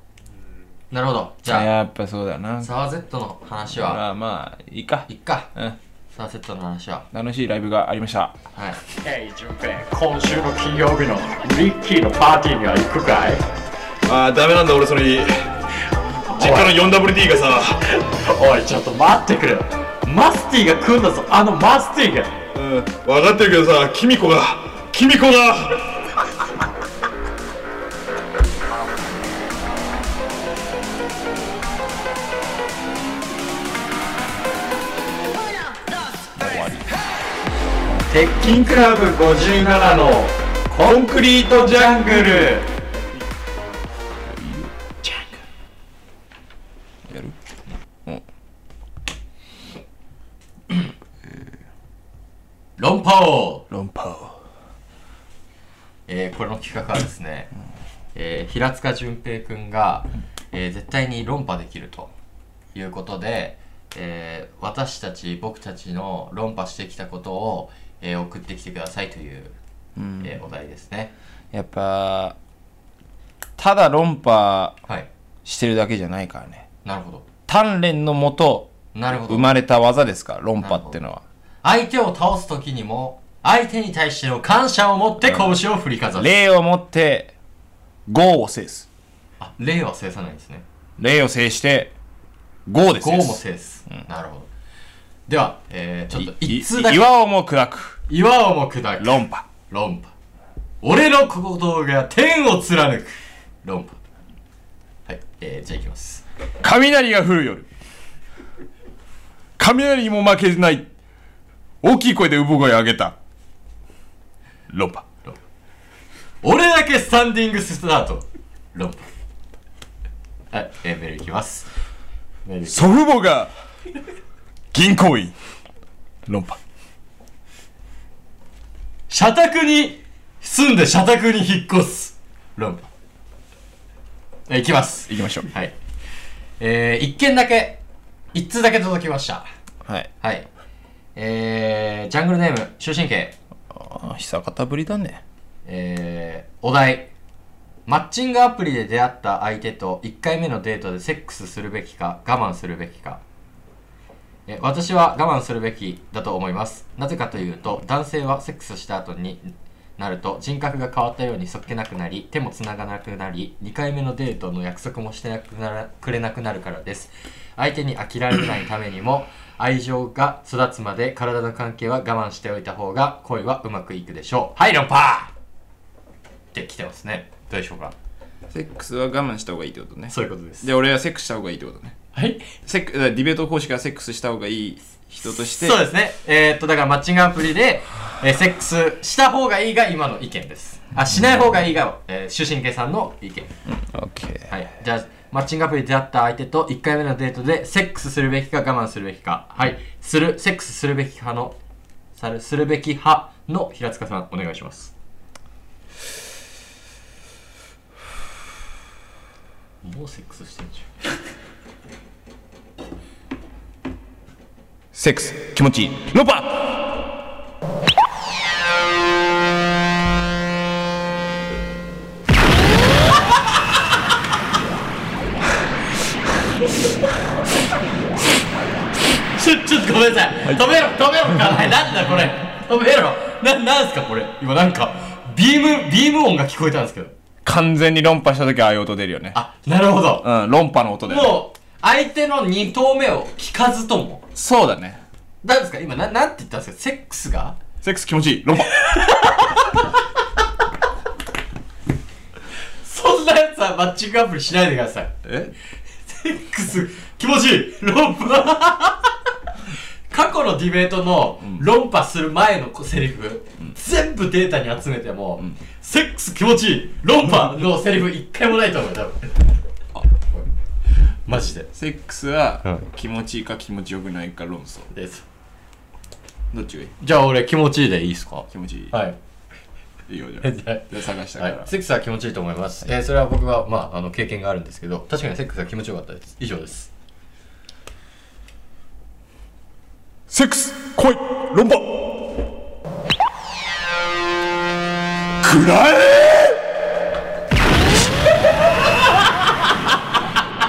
A: なるほど。じゃ
B: やっぱそうだな
A: あ、サワー Z の話は、
B: まあまあいいか
A: いっか。
B: うん
A: サワー Z の話は。
B: 楽しいライブがありました
A: はい。
D: Hey, 順平、今週の金曜日のリッキーのパーティーには行くかい
C: ああダメなんだ俺それ実家の 4WD がさ
D: おい、ちょっと待ってくれ。マスティが来るんだぞ、あのマスティが。
C: うん分かってるけどさキミコがキミコが
D: 鉄筋クラブ57のコンクリートジャングル。
B: やる
A: 論破王
B: 論破を
A: えー、これの企画はですね、えー、平塚淳平くんが、えー、絶対に論破できるということで、えー、私たち僕たちの論破してきたことを、えー、送ってきてくださいという、えーお題ですね。
B: やっぱただ論破
A: はい。
B: してるだけじゃないからね
A: なるほど。
B: 鍛錬のもと
A: なるほど。
B: 生まれた技ですから論破ってのは
A: 相手を倒す時にも相手に対しての感謝を持って拳を振りかざす、
B: 礼をもって業を制す
A: あ礼は制さないんですね
B: 礼を制して業で制
A: 5も
B: す
A: 制す、なるほどでは、えー、ちょっと
B: い
A: 一通だ
B: い
A: け
B: 岩をも砕く
A: 岩をも砕く
B: 論破
A: 論破俺の行動が天を貫く論破はい、えー、じゃあいきます
B: 雷が降る夜雷にも負けない大きい声で産声を上げた論破
A: 俺だけスタンディングスタート論破はい、えー、メールいきますメールいき
B: 祖父母が銀行員論破
A: 社宅に住んで社宅に引っ越す論破えいきます
B: いきましょう
A: はいえー、一件だけ一通だけ届きました
B: はい
A: はいえー、ジャングルネーム終身刑
B: あ久方ぶりだね
A: えーお題マッチングアプリで出会った相手と1回目のデートでセックスするべきか我慢するべきかえ私は我慢するべきだと思いますなぜかというと男性はセックスした後になると人格が変わったようにそっけなくなり手もつながなくなり2回目のデートの約束もしてなくならくれなくなるからです相手に飽きられないためにも愛情が育つまで体の関係は我慢しておいた方が恋はうまくいくでしょうはいロンパーってきてますねどうでしょうか
B: セックスは我慢した方がいいってことね
A: そういうことです
B: で俺はセックスした方がいいってことね
A: はい
B: セックディベート方式はセックスした方がいい人として
A: そうですねえーっとだからマッチングアプリで、えーセックスした方がいいが今の意見ですあしない方がいいが、えー、主神経さんの意見
B: オッケー
A: はいじゃあマッチングアプリで出会った相手と1回目のデートでセックスするべきか我慢するべきかはいするセックスするべき派のさるするべき派の平塚さんお願いしますもうセックスしてんじゃん
B: セックス気持ちいいロパ
A: ちょ、ちょっとごめんなさい。止めろ、止めろ、はい、なんだこれ。止めろ。な、なんすかこれ。今なんか、ビーム、ビーム音が聞こえたんですけど。
B: 完全に論破した時はああいう音出るよね
A: あ、なるほど。
B: うん論破の音だよね
A: もう、相手の2投目を聞かずとも。
B: そうだね
A: なんですか今、な、なんて言ったんですかセックスが
B: セックス気持ちいい論破
A: そんなやつはマッチングアプリしないでください。
B: え
A: セックス、気持ちいい論破過去のディベートの論破する前のセリフ、全部データに集めても、セックス気持ちいい論破のセリフ一回もないと思う多分マジで
B: セックスは気持ちいいか気持ちよくないか論争
A: です
B: どっちがいい
A: じゃあ俺気持ちいいでいいですか
B: 気持ちいい、
A: はい
B: い、いよじゃあ
A: はい
B: じゃあ探したか
A: は
B: ら、
A: い、セックスは気持ちいいと思います、えーそれは僕は、まあ、あの経験があるんですけど確かにセックスは気持ちよかったです以上です
B: セックス来い論破くらえ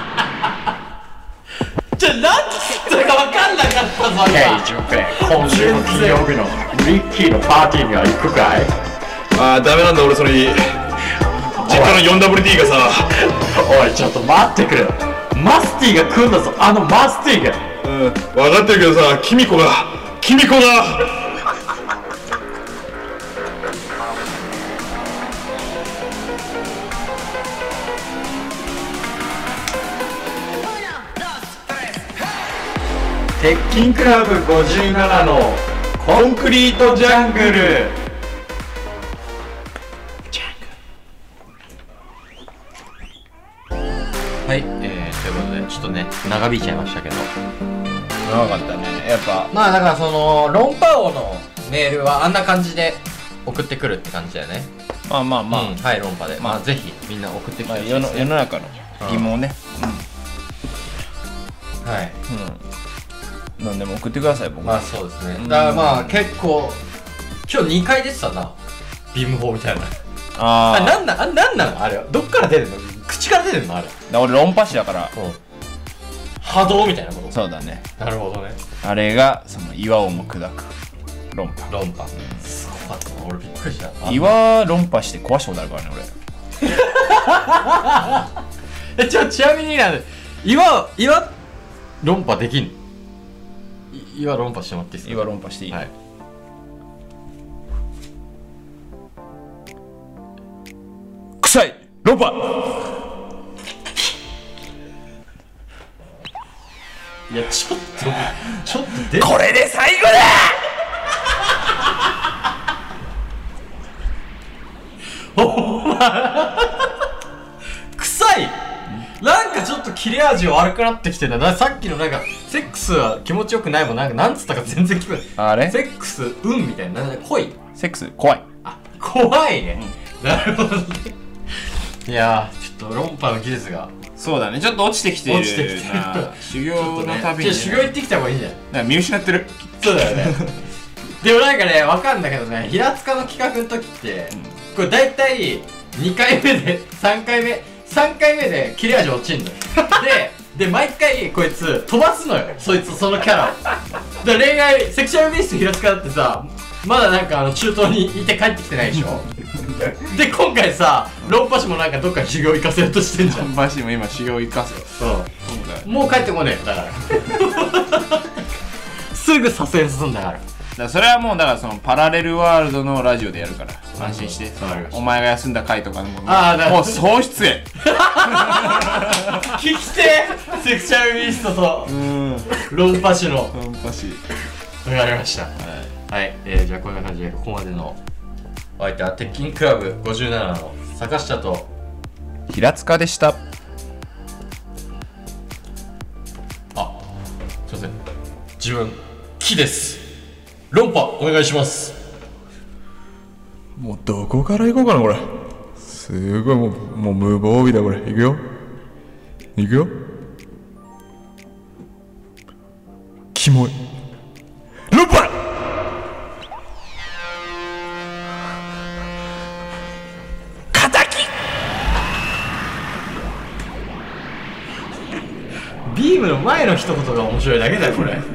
A: じゃあ何つったか分かんなかったぞ今
D: 淳平今週の金曜日のリッキーのパーティーには行くかい
C: ああダメなんだ俺それ実家の 4WD がさ
D: おいちょっと待ってくれマスティが来んだぞあのマスティが
C: うん分かってるけどさキミコがキミコが
D: 鉄筋クラブ57のコンクリートジャングル
A: はい、えー、ということで、ちょっとね、長引いちゃいましたけど。
B: 長かったねやっぱ
A: まあ、だからその、論破王のメールはあんな感じで送ってくるって感じだよね。
B: まあまあまあ、
A: うん、はい、論破で。まあ、ぜひ、みんな送ってきて
B: まあ、
A: ほしい
B: 世
A: で
B: の
A: す
B: 世
A: ね。
B: の中の疑問ね
A: はい。
B: うん、何でも送ってください僕
A: まあ、そうですね。
B: うん
A: だからまあ、結構、今日2回出てたな。ビーム砲みたいな。あ、
B: あ
A: なんなん、あ、なんなんあれは。どっから出るの口から出るのあれ。
B: あ俺論破師だから
A: うん。波動みたいなこ
B: そうだね
A: と。なるほどね。
B: あれがその岩をも砕く論破
A: 論破。すごかったな。俺びっくりした。あ
B: 岩論破して壊したことあるからね俺
A: え ちょちなみになんで岩岩論破できんのい岩論破してもらっていいですか
B: 岩論破していい、
A: はい
B: 臭い論破
A: いやちょっと ちょっと出
B: これで最後だ
A: 臭いなんかちょっと切れ味悪くなってきてんだなさっきのなんかセックスは気持ちよくないもんなんかなんつったか全然聞こえない
B: あれ
A: セックス運みたいななんか濃い
B: セックス怖い
A: あ怖いね、なるほどねいやーちょっと論破の技術が
B: そうだねちょっと落ちてきてる
A: 落ちてきてる
B: な 修
A: ちょ
B: 行
A: っと
B: の
A: ね
B: 旅
A: ちょ
B: に
A: っと修行行ってきた方がいいんじゃない
B: なんか見失ってる
A: そうだよ ねでもなんかねわかんだけどね平塚の企画の時って、これ大体2回目で3回目3回目で切れ味落ち んのよでで毎回こいつ飛ばすのよそいつそのキャラをだから恋愛セクシャルビースト平塚だってさまだなんかあの中東にいて帰ってきてないでしょで今回さ論破師もなんかどっかに修行行かせようとしてんじゃん
B: バシも今修行生かすよ
A: そうもう帰ってこねえよだから すぐ左遷すんだから
B: だからそれはもうだからそのパラレルワールドのラジオでやるから安心して
A: わかりました
B: お前が休んだ回とかのも
A: あーなるほど
B: もう喪失へ
A: 聞きてえセクシャルビーストと
B: うん
A: 論破師のわ
B: バシ
A: かりましたはい、えーじゃあこんな感じでここまでのお相手は鉄筋クラブ57の坂下と
B: 平塚でした
A: あすいません自分木です論破お願いします
E: もうどこから行こうかなこれすごいもうもう無防備だこれ行くよ行くよキモいルパン
A: ビームの前の一言が面白いだけだよこれ
F: 「